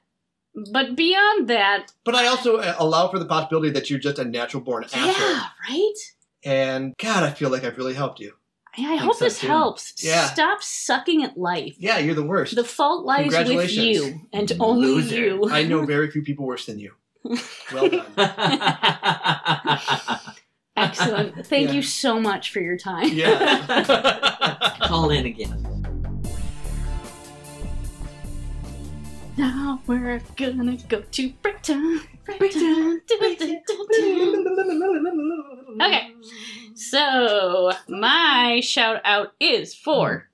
A: But beyond that,
C: But I also uh, allow for the possibility that you're just a natural born asshole.
A: yeah, right.
C: And God, I feel like I've really helped you.
A: I, I
B: Think
A: hope
B: so,
A: this
B: too.
A: helps.
C: Yeah.
A: Stop sucking at life.
C: Yeah, you're the worst.
A: The fault lies with
C: Congratulations.
A: you and only
B: Loser.
A: you.
C: I know very few people worse than you. Well done.
B: that.
A: Excellent. Thank
C: Yeah.
A: you so much for your time.
C: Yeah.
B: Call in again.
A: Now we're gonna go to break time. Break time. Dun, dun, dun, dun. Okay. So my shout out is for.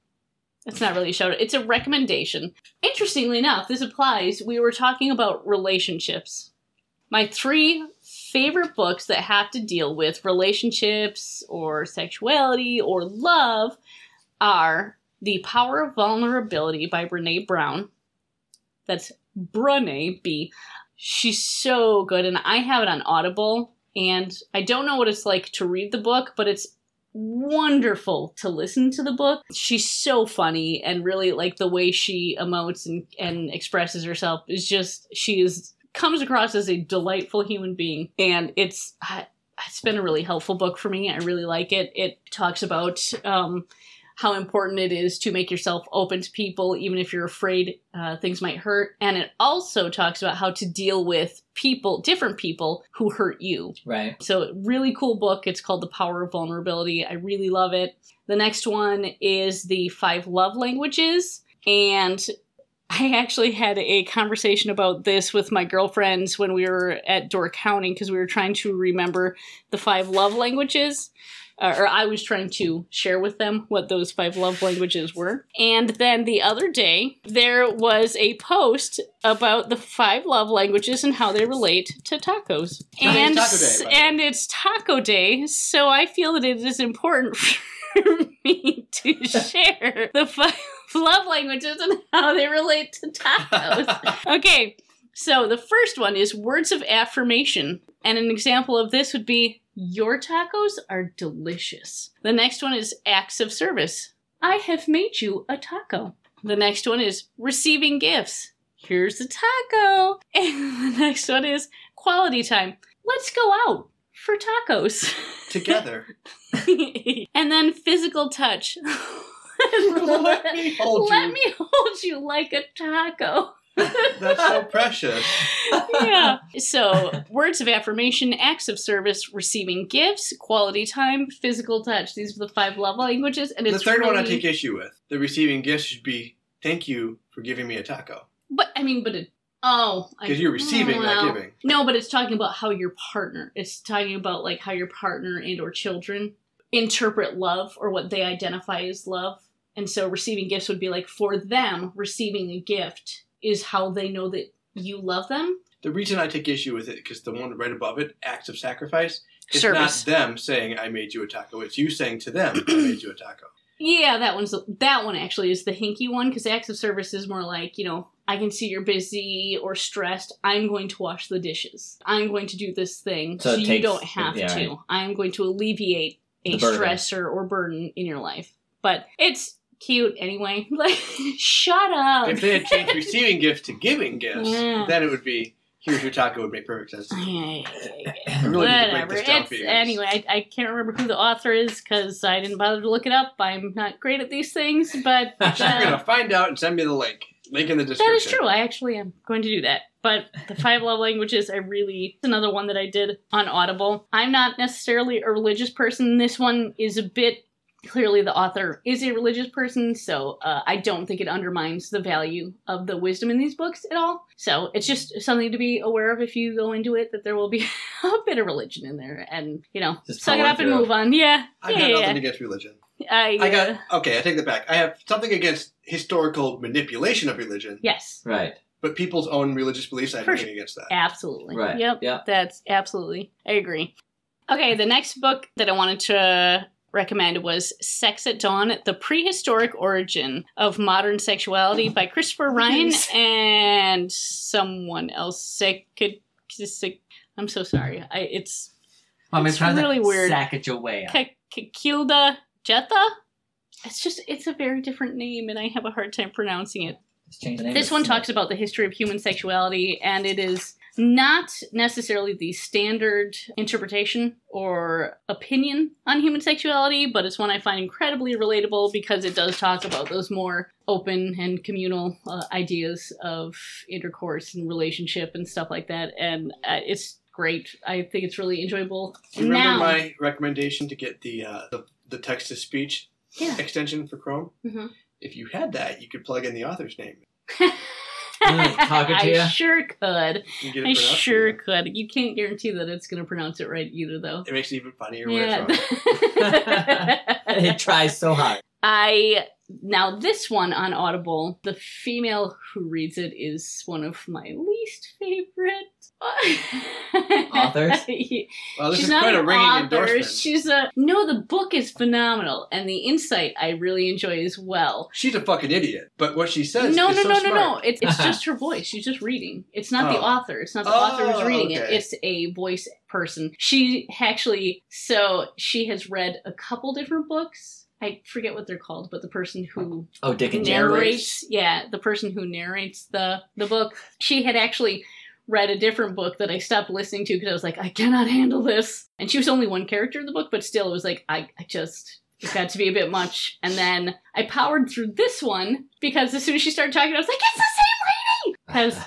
A: It's not really a shout out, it's a recommendation. Interestingly enough, this applies. We were talking about relationships. My three favorite books that have to deal with relationships or sexuality or love are The Power of Vulnerability by Brene Brown. That's Brene B. She's so good, and I have it on Audible. And I don't know what it's like to read the book, but it's wonderful to listen to the book. She's so funny, and really like the way she emotes and, and expresses herself is just she is comes across as a delightful human being, and it's I- it's been a really helpful book for me. I really like it. It talks about um, how important it is to make yourself open to people, even if you're afraid uh, things might hurt. And it also talks about how to deal with people, different people who hurt you.
B: Right.
A: So, really cool book. It's called The Power of Vulnerability. I really love it. The next one is The Five Love Languages. And I actually had a conversation about this with my girlfriends when we were at Door County because we were trying to remember the five love languages. Uh, or I was trying to share with them what those five love languages were. And then the other day, there was a post about the five love languages and how they relate to tacos.
C: Today's
A: And
C: Taco Day,
A: s-
C: by the way.
A: and it's taco day, so I feel that it is important for me to share the five love languages and how they relate to tacos. Okay, so the first one is words of affirmation. And an example of this would be Your tacos are delicious. The next one is acts of service. I have made you a taco. The next one is receiving gifts. Here's a taco. And the next one is quality time. Let's go out for tacos.
C: Together.
A: and then physical touch.
C: Let me hold
A: Let
C: you.
A: me hold you like a taco.
C: That's so precious.
A: yeah. So, words of affirmation, acts of service, receiving gifts, quality time, physical touch. These are the five love languages, and
C: the
A: it's
C: third one I
A: really-
C: take issue with. The receiving gifts should be thank you for giving me a taco.
A: But I mean, but it. Oh, I-
C: Because you're receiving,
A: well,
C: not giving.
A: No, but it's talking about how your partner. It's talking about like how your partner and or children interpret love or what they identify as love. And so receiving gifts would be like for them, receiving a gift is how they know that you love them.
C: The reason I take issue with it, because the one right above it, acts of sacrifice, it's
A: Service.
C: not them saying, I made you a taco. It's you saying to them, I made you a taco.
A: Yeah, that one's that one actually is the hinky one because acts of service is more like you know I can see you're busy or stressed. I'm going to wash the dishes. I'm going to do this thing
B: So
A: so,
B: it
A: you
B: takes-
A: don't have
B: yeah,
A: to.
B: right.
A: I'm going to alleviate a
B: The burden.
A: stressor or burden in your life. But it's cute anyway. Like shut up.
C: If they had changed receiving gifts to giving gifts,
A: Oh. Yeah.
C: then it would be, here's your taco, would make perfect sense. I really need to break
A: Whatever.
C: this down
A: It's,
C: for you. guys.
A: anyway, I, I can't remember who the author is because I didn't bother to look it up. I'm not great at these things, but
C: You're
A: uh,
C: going to find out and send me the link. Link in the description.
A: That is true. I actually am going to do that. But the five love languages, I really, it's another one that I did on Audible. I'm not necessarily a religious person. This one is a bit, clearly, the author is a religious person, so uh, I don't think it undermines the value of the wisdom in these books at all. So it's just something to be aware of if you go into it that there will be a bit of religion in there. And, you know,
B: Just
A: suck it
B: power
A: up and
B: through.
A: move on. Yeah.
C: I got
A: Yeah.
C: nothing
A: yeah.
C: against religion.
A: I,
C: I
A: uh,
C: got okay. I take that back. I have something against historical manipulation of religion,
A: Yes.
B: Right.
C: but people's own religious beliefs. I have
A: For
C: nothing against that.
A: Absolutely.
B: Right.
A: Yep.
B: Yep.
A: That's absolutely. I agree. Okay, the next book that I wanted to recommend was Sex at Dawn The Prehistoric Origin of Modern Sexuality by Christopher Ryan and someone else. Sick. I'm so sorry. I, it's
B: Mom,
A: It's
B: it's trying
A: really
B: to
A: weird.
B: Sack it your way. out.
A: K- Kilda Jetha. It's just, it's a very different name, and I have a hard time pronouncing it.
B: Just change the name
A: This
B: to
A: one
B: Smith.
A: talks about the history of human sexuality, and it is not necessarily the standard interpretation or opinion on human sexuality, but it's one I find incredibly relatable because it does talk about those more open and communal uh, ideas of intercourse and relationship and stuff like that. And uh, it's great. I think it's really enjoyable.
C: Do you remember
A: now,
C: my recommendation to get the uh, the, the text to speech
A: Yeah.
C: extension for Chrome?
A: Mhm.
C: If you had that, you could plug in the author's name.
B: talk it Mm, to
A: I
B: ya?
A: sure could.
C: You can get it
A: I
C: pronounced for
A: sure
C: you.
A: could. You can't guarantee that it's going to pronounce it right either, though.
C: It makes it even funnier when it's wrong.
B: it tries so hard.
A: I now this one on Audible, the female who reads it is one of my least favorite
B: Authors?
C: Well, Oh, this
A: She's
C: is
A: not
C: quite a
A: an
C: ringing
A: author.
C: endorsement.
A: She's a no. The book is phenomenal, and the insight I really enjoy as well.
C: She's a fucking idiot, but what she says
A: no,
C: is
A: no,
C: so
A: no, no,
C: smart.
A: no. It's, it's just her voice. She's just reading. It's not the
C: Oh.
A: author. It's not the
C: Oh,
A: author who's reading it.
C: okay.
A: It's a voice person. She actually, so she has read a couple different books. I forget what they're called, but the person who
B: Oh, Dick and Jerry.
A: narrates yeah the person who narrates the the book she had actually read a different book that i stopped listening to because i was like i cannot handle this and she was only one character in the book but still it was like i, I just it got to be a bit much. And then I powered through this one because as soon as she started talking, I was like, it's the same lady!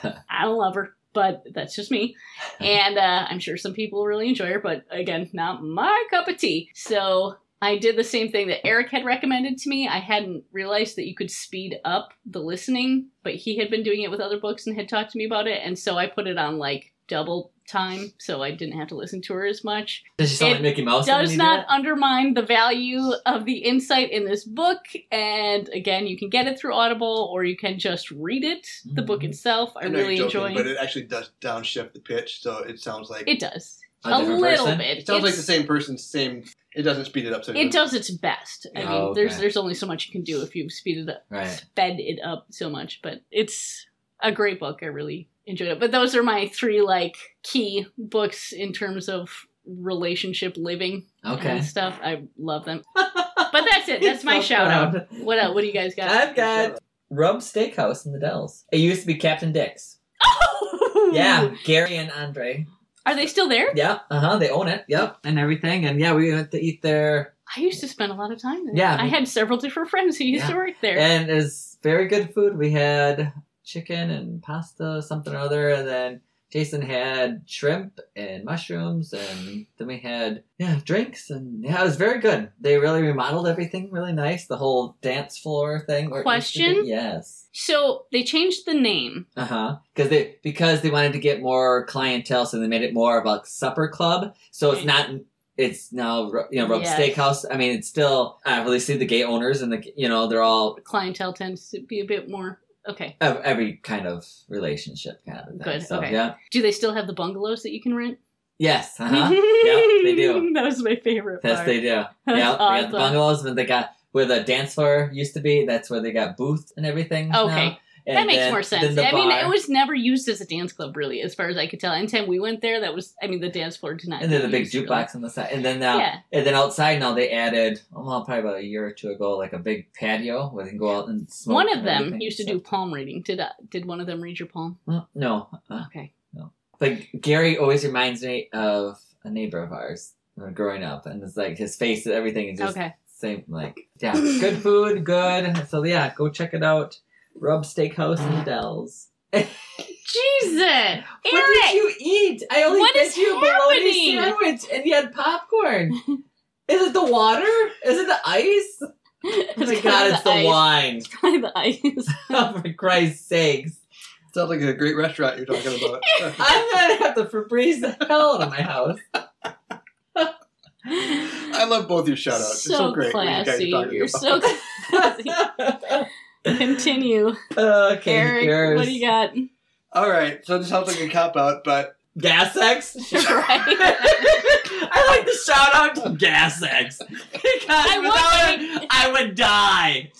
A: Because I don't love her, but that's just me. And uh, I'm sure some people really enjoy her, but again, not my cup of tea. So I did the same thing that Eric had recommended to me. I hadn't realized that you could speed up the listening, but he had been doing it with other books and had talked to me about it. And so I put it on like double time so I didn't have to listen to her as much
B: Does she sound
A: It
B: like Mickey Mouse? when
A: does
B: you do
A: not
B: it?
A: undermine the value of the insight in this book. And again, you can get it through Audible or you can just read it, the book
B: Mhm.
A: itself. I,
C: know
A: really
C: you're joking,
A: enjoy
C: but
A: it.
C: it actually does downshift the pitch, so it sounds like
A: It does.
B: A
A: A,
B: different
A: little
B: person?
A: bit.
C: it sounds like
A: It's-
C: the same person, same. It doesn't speed it up. So
A: It does its best. I
C: Oh,
A: mean, there's
B: okay.
A: there's only so much you can do if you've speeded up,
B: Right.
A: sped it up so much. But it's a great book. I really enjoyed it. But those are my three like key books in terms of relationship living
B: Okay.
A: and stuff. I love them. But that's it. That's my
B: So
A: shout out.
B: proud.
A: What else? What do you guys got?
B: I've got Rub Steakhouse in the Dells. It used to be Captain Dick's.
A: Oh!
B: Yeah, Gary and Andre.
A: Are they still there?
B: Yep. Uh huh. They own it. Yep. And everything. And yeah, we went to eat there.
A: I used to spend a lot of time there.
B: Yeah.
A: I had several different friends who used
B: Yeah.
A: to work there.
B: And it was very good food. We had chicken and pasta, something or other, and then Jason had shrimp and mushrooms, and then we had yeah drinks, and yeah, it was very good. They really remodeled everything, really nice. The whole dance floor thing. where it used to be-
A: Question?
B: Yes.
A: so they changed the name.
B: Uh huh. Because they because they wanted to get more clientele, so they made it more of a supper club. So it's not. It's now you know Rub
A: Yes.
B: Steakhouse. I mean, it's still uh, obviously the gay owners and the you know they're all
A: Clientele tends to be a bit more. Okay.
B: of every kind of relationship kind of thing.
A: Good,
B: So,
A: okay.
B: Yeah.
A: Do they still have the bungalows that you can rent?
B: Yes. Uh huh. Yeah, they do.
A: That was my favorite
B: yes,
A: part.
B: they do. Yeah.
A: That's
B: They got
A: awesome.
B: the bungalows, and they got where the dance floor used to be. That's where they got booths and everything. now.
A: Okay.
B: And
A: that makes
B: then-
A: more
B: then
A: sense.
B: the
A: I mean,
B: bar.
A: it was never used as a dance club, really, as far as I could tell. Anytime we went there, that was, I mean, the dance floor did not.
B: And then
A: get
B: the big
A: used, really.
B: jukebox on the side, and then now
A: Yeah.
B: And then outside now they added, oh, well, probably about a year or two ago, like a big patio where they can go out and smoke.
A: One
B: and
A: of them
B: everything.
A: used to
B: So-
A: do palm reading. Did uh, did one of them read your palm?
B: Mm, No, uh,
A: Okay.
B: but Gary always reminds me of a neighbor of ours uh, growing up, and it's like his face and everything is just
A: Okay.
B: same. Like yeah, good food, good. So yeah, go check it out. Rub Steakhouse in Dells.
A: Jesus, Eric.
B: What did you eat? I only
A: What
B: fed
A: is
B: you a bologna
A: happening?
B: sandwich, and you had popcorn. is it the water? Is it the ice? Oh my god, it's the wine.
A: the ice.
B: Oh, for Christ's sakes.
C: Sounds like a great restaurant you're talking about.
B: I'm gonna have to Febreze the hell out of my house.
C: I love both your shout outs.
A: so,
C: it's so great. what you guys are
A: classy.
C: talking
A: You're so
C: about.
A: classy. Continue,
B: okay,
A: Eric.
B: yours.
A: What do you got?
C: All right, so this sounds like a cop out, but
B: Gas X?
A: right.
B: I like the shout out to Gas X. Because
A: I
B: without
A: would-
B: it, I would die.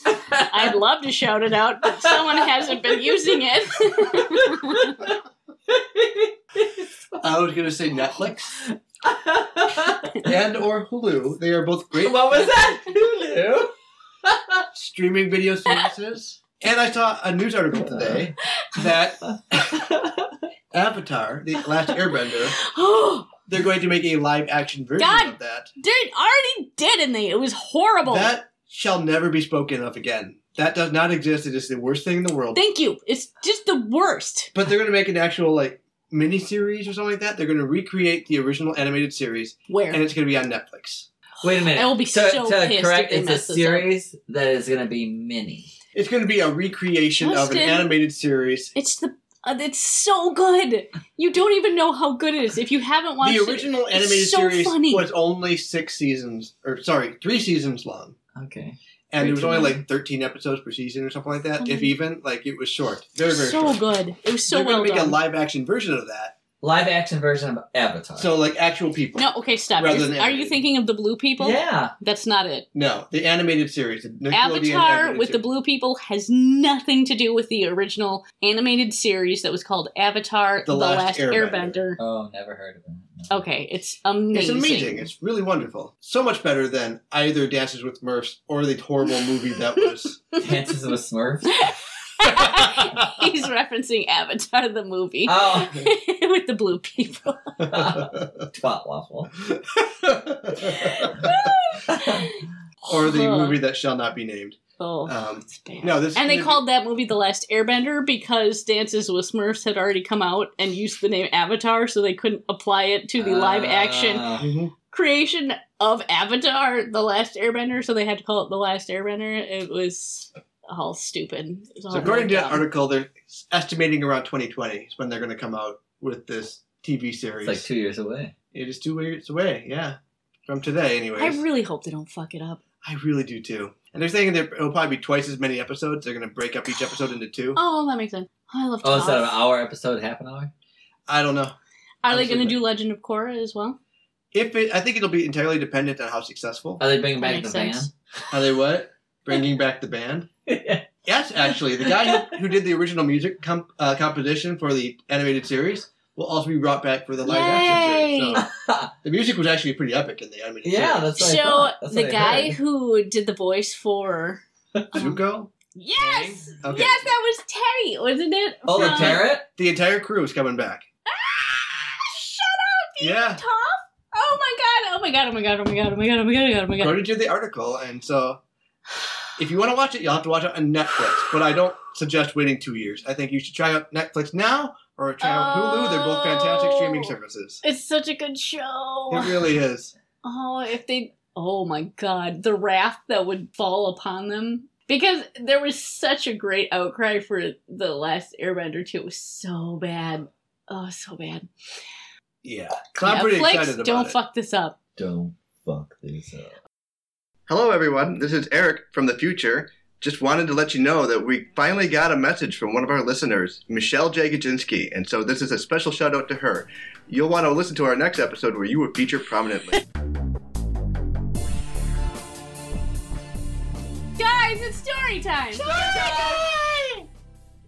A: I'd love to shout it out, but someone hasn't been using it.
C: I was going to say Netflix and or Hulu. They are both great
B: what was that? Hulu.
C: streaming video services. And I saw a news article today that Avatar, the last Airbender, they're going to make a live action version
A: God
C: of that.
A: Dude, already did, and they it was horrible.
C: That shall never be spoken of again. That does not exist. It is the worst thing in the world.
A: Thank you. It's just the worst.
C: But they're going to make an actual like miniseries or something like that. They're going to recreate the original animated series,
A: Where?
C: and it's going to be on Netflix.
B: Wait a minute.
A: I will be
B: to,
A: so
B: to
A: pissed
B: correct,
A: if they
B: it's a
A: mess this up.
B: series that is going to be mini.
C: It's going to be a recreation of an
A: Justin.
C: animated series.
A: It's the uh, it's so good. You don't even know how good it is if you haven't watched
C: the original
A: it's
C: animated
A: so
C: series
A: funny.
C: was only six seasons, or sorry, three seasons long,
B: Okay.
C: and there was only
B: 13.
C: like thirteen episodes per season or something like that, if
A: Mhm.
C: even. Like it was short,
A: it.
C: very very
A: So
C: short.
A: good. It was so
C: They're
A: well
C: going to make
A: done.
C: a live action version of that.
B: Live action version of Avatar.
C: So like actual people.
A: no, okay, stop.
C: Rather
A: You're-
C: than
A: Are you
C: animated.
A: thinking of the blue people?
B: yeah.
A: That's not it.
C: No, the animated series. the Nickelodeon
A: Avatar
C: animated
A: with the
C: series.
A: blue people has nothing to do with the original animated series that was called Avatar:
C: The Last Airbender.
A: Airbender.
B: Oh, never heard of it. No.
A: Okay, it's amazing.
C: It's amazing. It's really wonderful. So much better than either Dances with Murphs or the horrible movie that was.
B: Dances with Smurfs.
A: He's referencing Avatar the movie
C: Uh,
B: Oh,
A: with the blue people.
B: twat waffle.
C: or the
A: Ugh.
C: movie that shall not be named.
A: Oh,
C: Um,
A: it's bad.
C: no, this
A: and they
C: movie-
A: called that movie The Last Airbender because Dances with Smurfs had already come out and used the name Avatar, so they couldn't apply it to the live action
B: Ah.
C: Mhm.
A: creation of Avatar, The Last Airbender, so they had to call it The Last Airbender. It was all stupid. It was all
C: So according to
A: really
C: that
A: dumb.
C: article, they're estimating around 2020 is when they're going to come out with this TV series.
B: It's like two years away.
C: it is two years away. Yeah, from today, anyways.
A: I really hope they don't fuck it up.
C: I really do too. And they're saying there it'll probably be twice as many episodes. They're going to break up each episode into two.
A: Oh, that makes sense. Oh, I love.
B: Oh, instead of
A: Toph.
B: an hour episode, half an hour?
C: I don't know.
A: Are they going to
C: Absolutely.
A: do Legend of Korra as well?
C: If it, I think it'll be entirely dependent on how successful.
B: Are they bringing
A: That
B: back the
A: makes
B: van?
A: sense.
C: Are they what? Bringing back the band? Yes, actually, the guy who, who did the original music comp, uh, composition for the animated series will also be brought back for the live action series. So the music was actually pretty epic in the animated
B: yeah,
C: series.
B: that's what I
A: So
B: thought. That's
A: the
B: what I
A: guy
B: heard.
A: who did the voice for um,
C: Zuko,
A: Yes!
C: Okay.
A: Yes, that was Teddy, wasn't it?
B: Oh, the
A: From-
B: parrot?
C: the entire crew is coming back.
A: Shut up, dude.
C: Yeah,
A: Toph? Oh my god, oh my god, oh my god, oh my god, oh my god, oh my god, oh my god, oh my god.
C: according to the article, and so if you want to watch it, you'll have to watch it on Netflix. But I don't suggest waiting two years. I think you should try out Netflix now or try out Hulu. They're both fantastic streaming
A: Oh.
C: services.
A: It's such a good show.
C: It really is.
A: Oh, if they. Oh my god, the wrath that would fall upon them. Because there was such a great outcry for The Last Airbender 2. It was so bad. Oh, so bad.
C: Yeah, so I'm pretty
A: Netflix,
C: excited about
A: don't
C: it.
A: fuck this up.
B: Don't fuck this up.
C: Hello, everyone. This is Eric from the future. Just wanted to let you know that we finally got a message from one of our listeners, Michelle Jagodzinski, and so this is a special shout out to her. You'll want to listen to our next episode where you were featured prominently.
A: Guys, it's story time!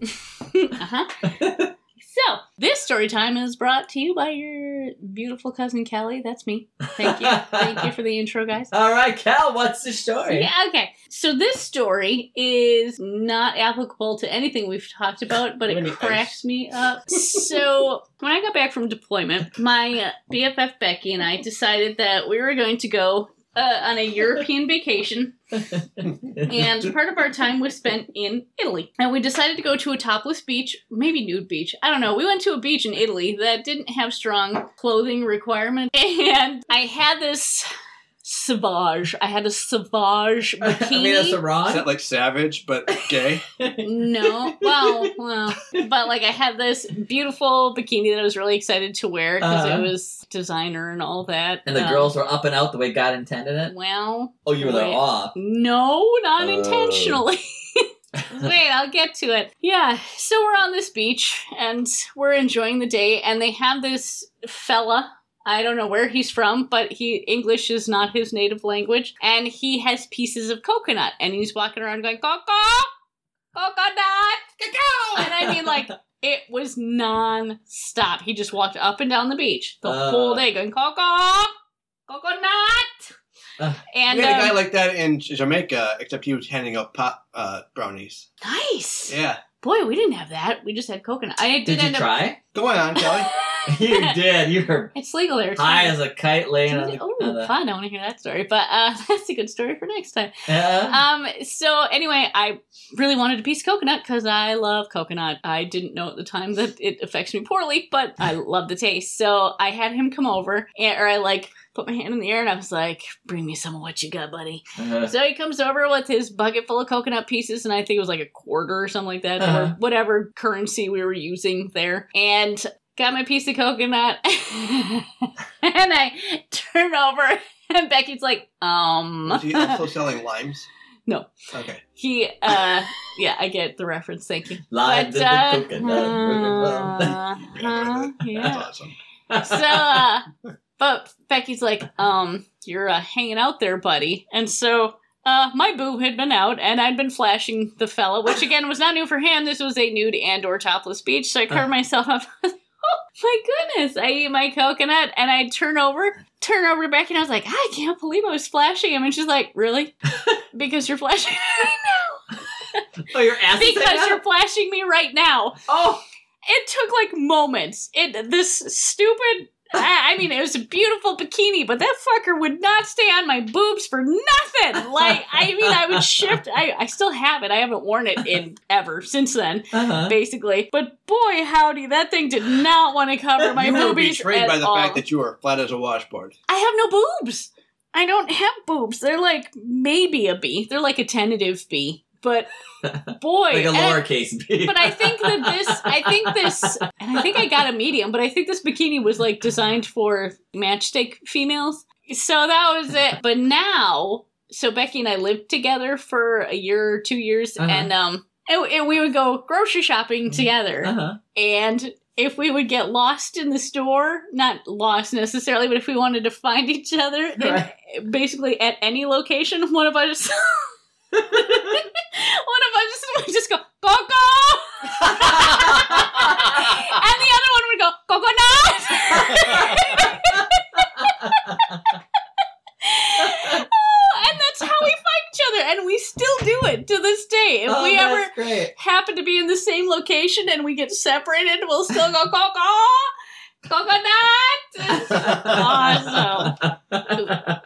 A: uh-huh. So, this story time is brought to you by your beautiful cousin Kelly. That's me. Thank you. Thank you for the intro, guys.
B: All right, Cal, what's the story?
A: Yeah, okay. So this story is not applicable to anything we've talked about, but
C: Let
A: it
C: me
A: cracks me up. so when I got back from deployment, my uh, BFF Becky and I decided that we were going to go uh, on a European vacation, and part of our time was spent in Italy. And we decided to go to a topless beach, maybe nude beach. I don't know. We went to a beach in Italy that didn't have strong clothing requirement, and I had this. Savage. I had a savage bikini.
B: I mean, that's a
C: Is
B: wrong.
C: that like savage but gay?
A: No, well, well, but like I had this beautiful bikini that I was really excited to wear because
B: Uh-huh.
A: it was designer and all that.
B: And the
A: Um,
B: girls were up and out the way God intended it.
A: Well,
B: Oh, you were there
A: wait.
B: off.
A: no, not
B: Oh.
A: intentionally. Wait, I'll get to it. Yeah, so we're on this beach and we're enjoying the day, and they have this fella. I don't know where he's from, but he English is not his native language, and he has pieces of coconut, and he's walking around going coco, coconut, cacao, and I mean like it was non-stop. He just walked up and down the beach the
B: Uh.
A: whole day going coco, coconut,
B: Uh.
A: and
C: we had a
A: um,
C: guy like that in Jamaica, except he was handing out pop uh, brownies.
A: nice.
C: Yeah.
A: Boy, we didn't have that. We just had coconut. I did,
B: Did you
A: end
B: try?
C: Go on, Kelly.
A: up.
B: you did. You were
A: it's legal there. too.
B: high as a kite laying on the.
A: Oh,
B: on the-
A: fun! I want to hear that story, but uh, that's a good story for next time.
B: Yeah.
A: Um, so anyway, I really wanted a piece of coconut because I love coconut. I didn't know at the time that it affects me poorly, but I love the taste. So I had him come over, and, or I like put my hand in the air and I was like, "Bring me some of what you got, buddy."
B: Uh,
A: So he comes over with his bucket full of coconut pieces, and I think it was like a quarter or something like that, or
B: Uh-huh.
A: whatever currency we were using there. And got my piece of coconut, and I turn over, and Becky's like, um.
C: Was he also selling limes?
A: No.
C: Okay.
A: He, uh, yeah, I get the reference. Thank you.
B: live
A: But,
B: to the
A: uh, hmm.
B: coconut.
A: uh-huh,
C: That's
A: yeah.
C: awesome.
A: So, uh, but Becky's like, um, you're uh, hanging out there, buddy. And so, uh, my boob had been out, and I'd been flashing the fella, which again was not new for him. This was a nude and/or topless beach, so I covered
B: Uh.
A: myself up. oh my goodness! I eat my coconut, and I turn over, turn over to Becky, and I was like, I can't believe I was flashing him, and she's like, Really? because you're flashing.
B: oh, your ass is hanging
A: because
B: out?
A: you're flashing me right now
B: Oh,
A: it took like moments. It this stupid I, I mean, it was a beautiful bikini, but that fucker would not stay on my boobs for nothing. Like, I mean, I would shift. I, I still have it. I haven't worn it in ever since then,
B: Uh-huh.
A: basically. But boy, howdy, that thing did not want to cover my
C: you were
A: boobies
C: betrayed
A: at
C: by the
A: all.
C: fact that you are flat as a washboard.
A: I have no boobs. I don't have boobs. They're like maybe a B. They're like a tentative B. But boy,
B: Like a
A: and-
B: lowercase b.
A: but I think that this, I think this, and I think I got a medium, but I think this bikini was like designed for matchstick females. So that was it. But now, so Becky and I lived together for a year or two years,
B: Uh-huh.
A: and um, and, and we would go grocery shopping together,
B: Uh-huh.
A: and. If we would get lost in the store, not lost necessarily, but if we wanted to find each other, and
B: Right.
A: basically at any location, one of us, one of us would just go, go, go! and the other one would go coconut. and that's how we find each other, and we still do it to this day. If
B: Oh,
A: we
B: that's
A: ever
B: great.
A: happen to be in the same location and we get separated, we'll still go coco, coconut. Awesome.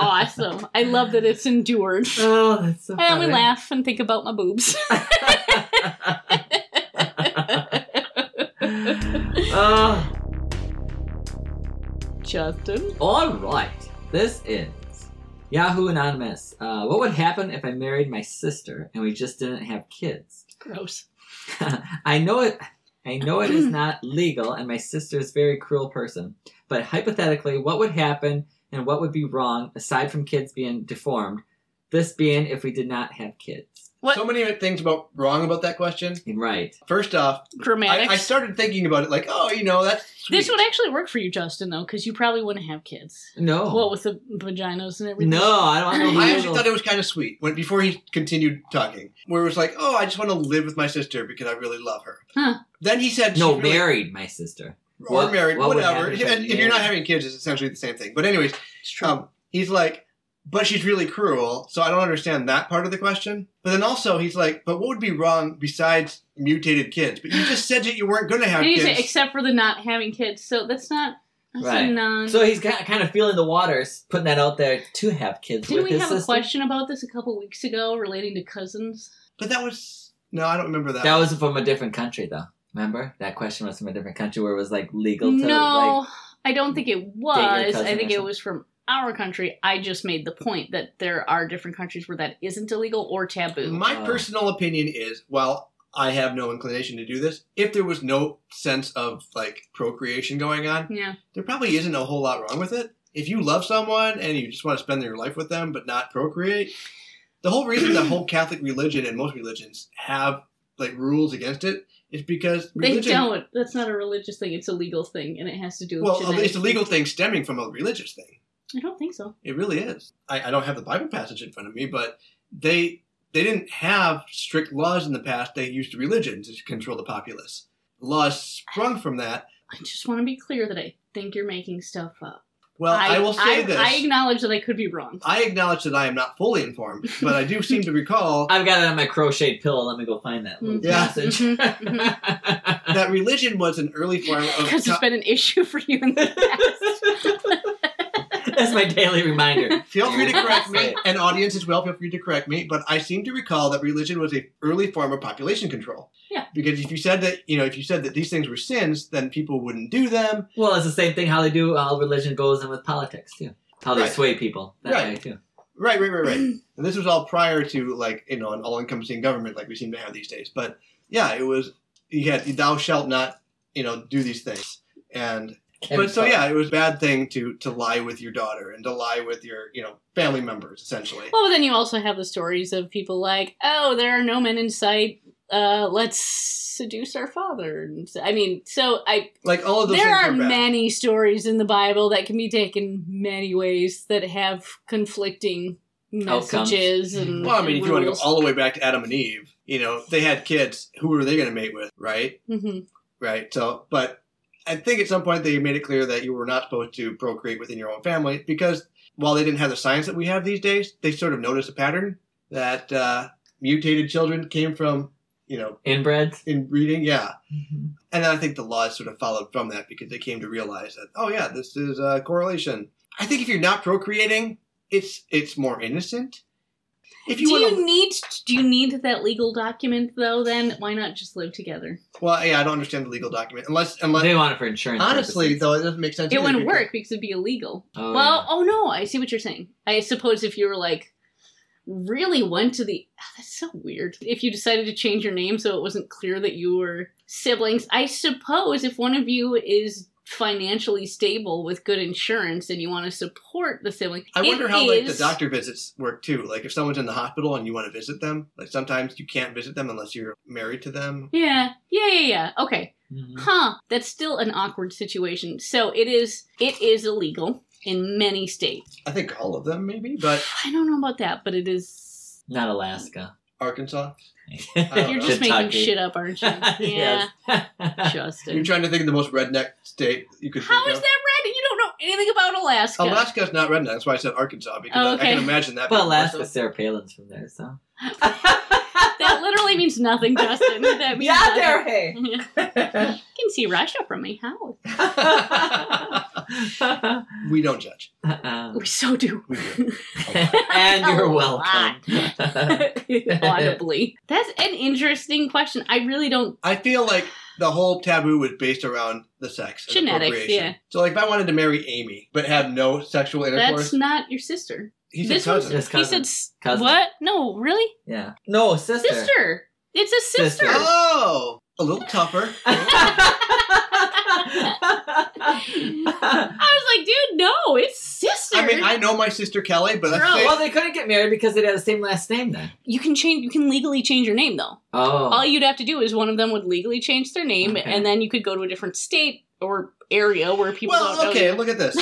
A: awesome! I love that it's endured.
B: Oh, that's so
A: And then we
B: funny.
A: laugh and think about my boobs.
B: oh,
A: Justin,
B: all right. This is Yahoo Anonymous. Uh, what would happen if I married my sister and we just didn't have kids?
A: gross.
B: I know it. I know it is not legal, and my sister is a very cruel person. But hypothetically, what would happen and what would be wrong aside from kids being deformed? This being if we did not have kids.
A: What-
C: So many things about wrong about that question.
B: Right.
C: First off, I,
A: Grammatics.
C: I started thinking about it like, oh, you know, that's sweet.
A: This would actually work for you, Justin, though, because you probably wouldn't have kids.
B: No.
A: Well, with the vaginas and everything.
B: Oh. no, I don't want no
C: I
B: legal-
C: actually thought it was kind of sweet when before he continued talking, where it was like, "Oh, I just want to live with my sister because I really love her."
A: Huh.
C: Then he said,
B: No,
C: she really-
B: married my sister.
C: or
B: What-
C: married,
B: what would
C: whatever."
B: happen
C: And
B: if I
C: if, you're
B: married?
C: not having kids, it's essentially the same thing. But anyways,
A: It's true.
C: um, he's like, "But she's really cruel," so I don't understand that part of the question. But then also, he's like, "But what would be wrong besides mutated kids?" But you just said that you weren't going to have
A: and you
C: kids.
A: say, except for the not having kids. So that's not. That's a
B: Right.
A: non.
B: So he's kind of, kind of feeling the waters, putting that out there to have kids
A: Didn't
B: with
A: we
B: his
A: have a
B: sister.
A: question about this a couple weeks ago relating to cousins?
C: but that was no, I don't remember that.
B: That was from a different country, though. Remember that question was from a different country where it was like legal to
A: No, I don't think it was.
B: cousin
A: I think
B: or
A: it
B: something.
A: was from our country. I just made the point that there are different countries where that isn't illegal or taboo.
C: My
B: Oh.
C: personal opinion is, while I have no inclination to do this, if there was no sense of like procreation going on,
A: yeah.
C: there probably isn't a whole lot wrong with it. If you love someone and you just want to spend your life with them but not procreate, the whole reason the whole Catholic religion and most religions have like rules against it is because religion,
A: They don't. That's not a religious thing. It's a legal thing, and it has to do with
C: Well, uh,
A: genetics.
C: it's a legal thing stemming from a religious thing.
A: I don't think so.
C: It really is. I, I don't have the Bible passage in front of me, but they they didn't have strict laws in the past. They used religion to control the populace. Laws sprung from that.
A: I just want to be clear that I think you're making stuff up.
C: Well, I, will say
A: I-
C: this.
A: I
C: I,
A: acknowledge that I could be wrong.
C: acknowledge that I am not fully informed, but I do seem to recall
B: I've got it on my crocheted pillow. Let me go find that little
A: Mm.
C: Yeah.
B: passage.
A: Mhm, Mm-hmm.
C: that religion was an early form of.
A: Because it's been an issue for you in the
B: That's my daily reminder.
C: feel free to correct me, and audience as well. Feel free to correct me, but I seem to recall that religion was a early form of population control.
A: Yeah.
C: Because if you said that, you know, if you said that these things were sins, then people wouldn't do them.
B: Well, it's the same thing how they do how religion goes in with politics too. How they
C: Right.
B: sway people that
C: Right.
B: way too.
C: Right, right, right, right. and this was all prior to like you know an all-encompassing government like we seem to have these days. But yeah, it was you had thou shalt not you know do these things. And but so yeah, it was a bad thing to to lie with your daughter and to lie with your you know family members essentially.
A: Well, but then you also have the stories of people like, oh, there are no men in sight. Uh, let's seduce our father. And so- I mean, so I
C: Like all of those
A: there
C: things
A: are
C: were bad.
A: many stories in the Bible that can be taken many ways that have conflicting
B: Outcomes.
A: messages and
C: well, I
A: and
C: mean, if you want to go
A: rules.
C: all the way back to Adam and Eve, you know they had kids. Who were they going to mate with, right?
A: Mhm.
C: Right. So, but I think at some point they made it clear that you were not supposed to procreate within your own family because while they didn't have the science that we have these days, they sort of noticed a pattern that uh, mutated children came from you know,
B: Inbreds.
C: in breeding. Yeah.
B: Mhm.
C: And then I think the laws sort of followed from that because they came to realize that, oh yeah, this is a correlation. I think if you're not procreating, it's it's more innocent. If you
A: do
C: want
A: you
C: to,
A: need do you need that legal document though? Then why not just live together?
C: well, yeah, I don't understand the legal document unless unless
B: They want it for insurance.
C: honestly
B: purposes.
C: though it doesn't make sense.
A: It
C: either
A: wouldn't
C: because-
A: work because it'd be illegal.
B: Oh,
A: well,
B: yeah.
A: oh no, I see what you're saying. I suppose if you were like really went to the Ah, that's so weird. If you decided to change your name so it wasn't clear that you were siblings, I suppose if one of you is financially stable with good insurance and you want to support the sibling,
C: I wonder
A: it
C: how like the
A: is-
C: doctor visits work too. Like if someone's in the hospital and you want to visit them, like sometimes you can't visit them unless you're married to them.
A: Yeah, yeah, yeah, yeah. Okay,
B: Mhm.
C: Mm-hmm.
A: huh? That's still an awkward situation. So it is, it is illegal in many states.
C: I think all of them maybe, but
A: I don't know about that, but it is.
B: not Alaska.
C: Arkansas. don't
A: You're
C: know.
A: just making
B: Kentucky.
A: shit up, aren't you? Yeah.
B: Yes.
A: Justin.
C: You're trying to think of the most redneck state you could
A: How
C: think
A: is that
C: of.
A: red? You don't know anything about Alaska.
C: Alaska's not redneck. That's why I said Arkansas because
A: Oh,
C: I- I
A: okay.
C: can imagine that.
B: But
C: being
B: Alaska,
C: Arkansas.
B: Sarah Palin's from there, so.
A: That literally means nothing, Justin. That means
B: yeah,
A: nothing.
B: there, hey.
A: You can see Russia from my house.
C: we don't judge.
B: Um,
A: We so do.
C: We do.
B: and you're
A: A
B: welcome.
A: Audibly. That's an interesting question. I really don't.
C: I feel like the whole taboo was based around the sex. and
A: Genetics,
C: appropriation.
A: yeah.
C: So like if I wanted to marry Amy but have no sexual intercourse,
A: That's not your sister.
C: he's
A: this
C: a cousin.
B: Yes,
A: He
B: cousin.
A: said, s-
B: Cousin.
A: what? No, really?
B: yeah. No, sister.
A: Sister. It's a sister.
B: Sister.
C: Oh, a little tougher.
A: I was like, dude, no, it's sister.
C: I mean, I know my sister Kelly, but
A: Bro,
C: let's say
B: well, they couldn't get married because they had the same last name then.
A: you can change. You can legally change your name though.
B: Oh.
A: All you'd have to do is one of them would legally change their name,
B: Okay.
A: and then you could go to a different state or area where people
C: well,
A: don't
C: okay,
A: know.
C: look at this.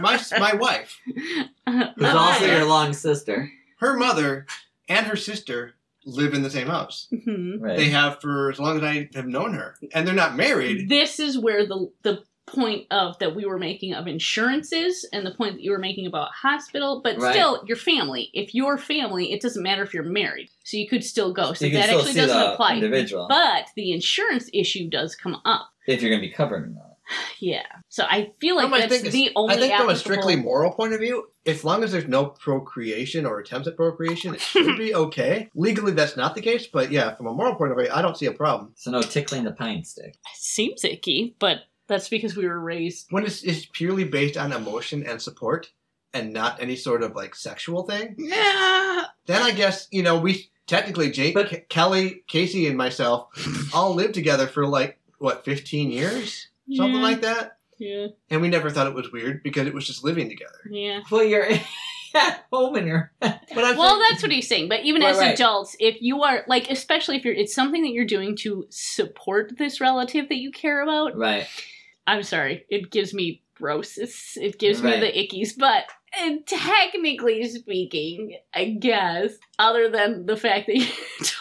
C: My my wife,
A: you.
B: Who's also your long sister.
C: her mother, and her sister live in the same house.
A: Mhm.
B: Right.
C: They have for as long as I have known her, and they're not married.
A: This is where the the point of that we were making of insurances and the point that you were making about hospital, but
B: Right.
A: still your family. If your family, it doesn't matter if you're married, so you could still go. Oh, So
B: you can
A: that
B: still
A: actually
B: see
A: doesn't
B: the
A: apply. Mm-hmm.
B: individual
A: But the insurance issue does come up.
B: if you're going to be covered or not.
A: Yeah. So I feel like
C: No, I
A: that's
C: think
A: the only.
C: I think from a
A: applicable-
C: strictly moral point of view, as long as there's no procreation or attempts at procreation, it should be okay. Legally, that's not the case, but yeah, from a moral point of view, I don't see a problem.
B: So no tickling the pine stick.
A: seems icky, but that's because we were raised
C: When it's, it's purely based on emotion and support, and not any sort of like sexual thing,
B: Yeah.
C: then I guess you know we technically Jake,
B: But-
C: Ke- Kelly, Casey, and myself all lived together for like what 15 years, something
A: Yeah,
C: like that,
A: yeah,
C: and we never thought it was weird because it was just living together.
A: yeah.
B: Well, you're at home and you're.
C: But I
A: Well,
C: think-
A: that's what he's saying. But even
B: Right,
A: as
B: right.
A: adults, if you are like, especially if you're, it's something that you're doing to support this relative that you care about.
B: Right.
A: I'm sorry, it gives me grosses. It gives
B: Right.
A: me the ickies. But uh, technically speaking, I guess, other than the fact that you're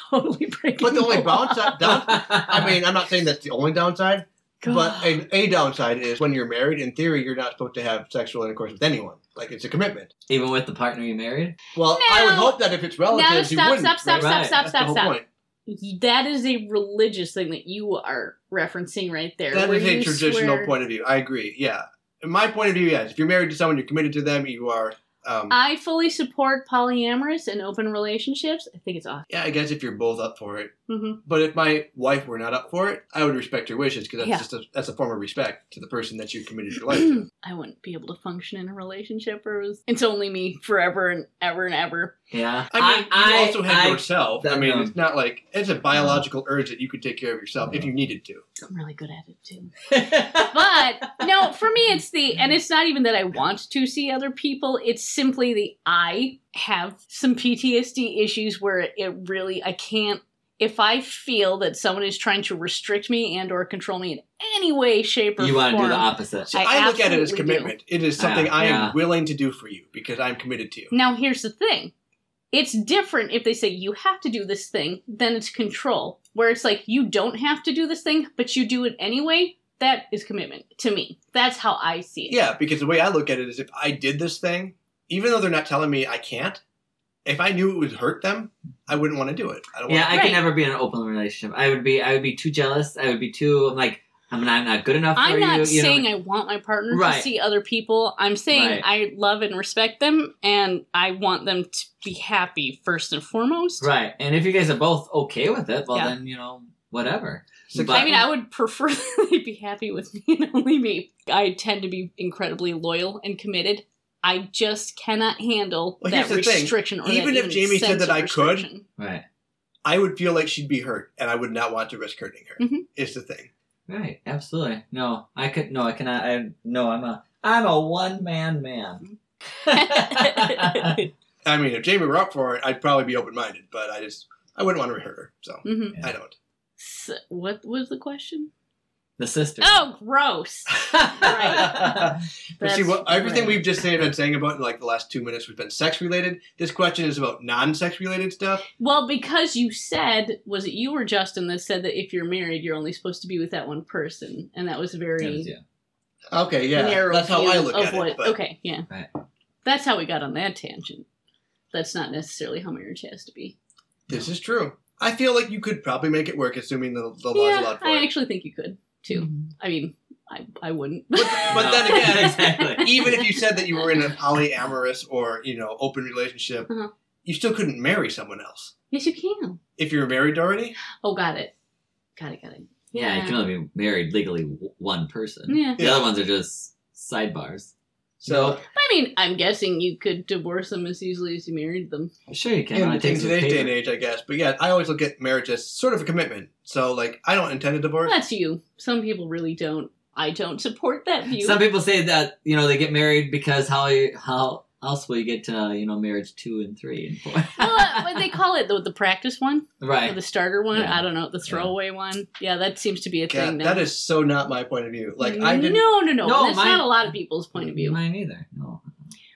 A: totally breaking.
C: but the only
A: law.
C: downside, down, I mean, I'm not saying that's the only downside, but a, a downside is when you're married. In theory, you're not supposed to have sexual intercourse with anyone. Like it's a commitment.
B: Even with the partner you married?
C: Well, I would
A: No.
C: hope that if it's relatives,
A: Now
C: Oh, you
A: stop,
C: wouldn't.
A: stop, stop, stop,
C: right?
A: stop,
C: That's the
A: stop,
C: whole
A: stop.
C: point.
A: that is a religious thing that you are referencing right there.
C: That
A: where
C: is a
A: you
C: traditional
A: swear-
C: point of view. I agree. Yeah, my point of view, yes. If you're married to someone, you're committed to them. You are. Um,
A: I fully support polyamorous and open relationships. I think it's awesome.
C: yeah, I guess if you're both up for it.
A: hmm
C: But if my wife were not up for it, I would respect your wishes because that's
A: Yeah.
C: just a, that's a form of respect to the person that you committed your life to.
A: I wouldn't be able to function in a relationship where it was, it's only me forever and ever and ever.
B: Yeah.
C: I mean, you
B: I-
C: also have
B: I-
C: yourself. I
B: that-
C: mean,
B: no.
C: it's not like it's a biological urge that you could take care of yourself if you needed to.
A: I'm really good at it too. But no, for me, it's the, and it's not even that I want to see other people. It's simply the I have some PTSD issues where it really, I can't. If I feel that someone is trying to restrict me and or control me in any way, shape, or
B: you
A: form,
B: want to do the opposite.
C: See, I,
A: I
C: look at it as
A: absolutely do.
C: commitment. It is something
B: Yeah,
C: I am
B: yeah.
C: willing to do for you because I'm committed to you.
A: Now, here's the thing it's different if they say you have to do this thing, then it's control. Where it's like you don't have to do this thing, but you do it anyway, that is commitment to me. That's how I see it.
C: Yeah, because the way I look at it is if I did this thing, even though they're not telling me I can't, if I knew it would hurt them, I wouldn't want to do it. I don't
B: Yeah,
C: want
B: I
A: Right.
B: could never be in an open relationship. I would be I would be too jealous. I would be too I'm like I'm not, I'm not good enough for
A: I'm
B: you.
A: not
B: you know?
A: saying I want my partner to
B: Right.
A: see other people. I'm saying
B: Right.
A: I love and respect them and I want them to be happy first and foremost.
B: Right. And if you guys are both okay with it, well
A: Yeah.
B: then, you know, whatever.
C: Six-
B: But-
A: I mean, I would prefer that they be happy with me and only me. I tend to be incredibly loyal and committed. I just cannot handle
C: Well,
A: that
C: here's the thing.
A: restriction. Or that
C: Even if Jamie said
A: sense
C: that
A: of
C: I could,
A: restriction.
B: Right.
C: I would feel like she'd be hurt, and I would not want to risk hurting her.
A: Mhm.
C: Is the thing.
B: Right. Absolutely. No. I could no, I cannot I no, I'm a I'm a one man man.
C: I mean, if Jamie were up for it, I'd probably be open minded, but I just I wouldn't want to hurt her, so
A: Mhm.
B: Yeah.
C: I don't.
A: So, what was the question?
B: the sister.
A: Oh, gross. Right.
C: But see,
A: That's
C: what, everything
B: right.
C: we've just say- been saying about in like the last two minutes, we've been sex related. This question is about non sex related stuff.
A: Well, because you said, was it you or Justin that said that if you're married, you're only supposed to be with that one person, and that was very
B: That was you.
C: Okay, yeah,
A: narrow.
C: that's how
A: view
C: I look
A: of
C: at
A: what,
C: it. But
A: Okay, yeah,
B: Right.
A: that's how we got on that tangent. That's not necessarily how marriage has to be.
C: This is true. I feel like you could probably make it work, assuming the, the laws
A: yeah,
C: allowed for
A: I
C: it. Mm-hmm.
A: actually think you could too. I mean, I I wouldn't.
C: But
B: No.
C: then again-
B: exactly.
C: Even if you said that you were in a polyamorous or you know open relationship,
A: Uh-huh.
C: you still couldn't marry someone else
A: yes, you can.
C: if you were married already.
A: Oh, got it. Got it. Got it.
B: Yeah, you can only be married legally w- one person.
A: Yeah.
B: The other ones are just sidebars.
C: So
A: I mean, I'm guessing you could divorce them as easily as you married them.
B: Sure, you can.
C: in,
B: All it
C: in
B: takes
C: today's
B: is
C: day
B: paper.
C: and age, I guess. But yeah, I always look at marriage as sort of a commitment. So like, I don't intend a divorce.
A: That's you. Some people really don't. I don't support that view.
B: Some people say that you know they get married because how you- how else will you get to you know marriage two and three and four?
A: well, what they call it the, the practice one, or
B: right.
A: the starter one.
B: Yeah.
A: I don't know the throwaway one. Yeah, that seems to be a
C: God,
A: thing. now.
C: that is so not my point of view. Like I didn't.
A: No, no, no.
B: No,
A: that's
B: mine-
A: not a lot of people's point of view.
B: Mine either. No.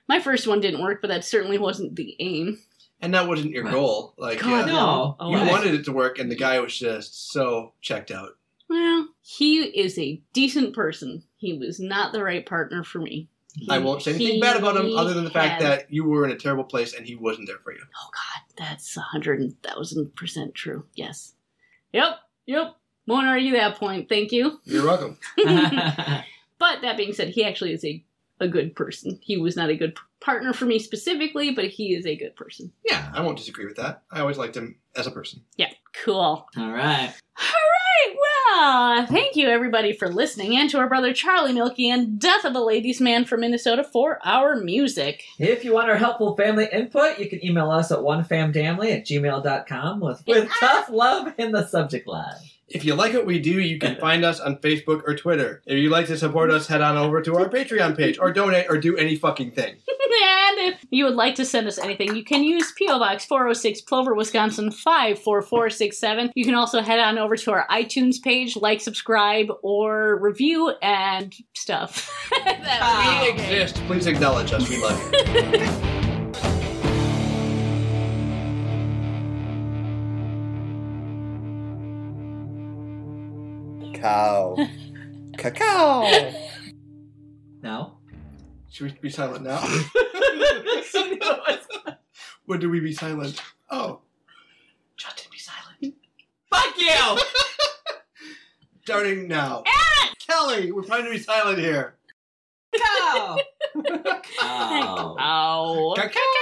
A: My first one didn't work, but that certainly wasn't the aim.
C: And that wasn't your
B: Right.
C: goal. Like
A: God,
C: yeah,
B: No.
A: no.
C: you
A: Oh, I-
C: wanted it to work, and the guy was just so checked out.
A: Well, he is a decent person. He was not the right partner for me.
C: I won't say anything
A: He
C: bad about him, other than the fact
A: had-
C: that you were in a terrible place and he wasn't there for you.
A: Oh God, that's a hundred thousand percent true. Yes. Yep. Yep. Won't argue that point. Thank you.
C: You're welcome.
A: But that being said, he actually is a, a good person. He was not a good p- partner for me specifically, but he is a good person.
C: Yeah, I won't disagree with that. I always liked him as a person.
A: Yeah, cool.
B: All right.
A: All right, well, thank you everybody for listening and to our brother Charlie Milky and Death of a Ladies Man from Minnesota for our music.
B: If you want our helpful family input, you can email us at onefamdamly at gmail.com with, with tough love in the subject line.
C: If you like what we do, you can find us on Facebook or Twitter. If you'd like to support us, head on over to our Patreon page or donate or do any fucking thing.
A: and if you would like to send us anything, you can use P.O. Box 406 Plover, Wisconsin 54467. You can also head on over to our iTunes page, like, subscribe, or review and stuff. That
C: We
A: would be great.
C: exist. Please acknowledge us. We love you.
D: Cow. Cacao.
B: No?
C: Should we be silent now?
B: Fuck
C: when do we be silent? Oh,
B: you!
C: starting now. Kelly, we're trying to be silent here.
B: Cow!
A: Ow. Oh.
C: Cacao!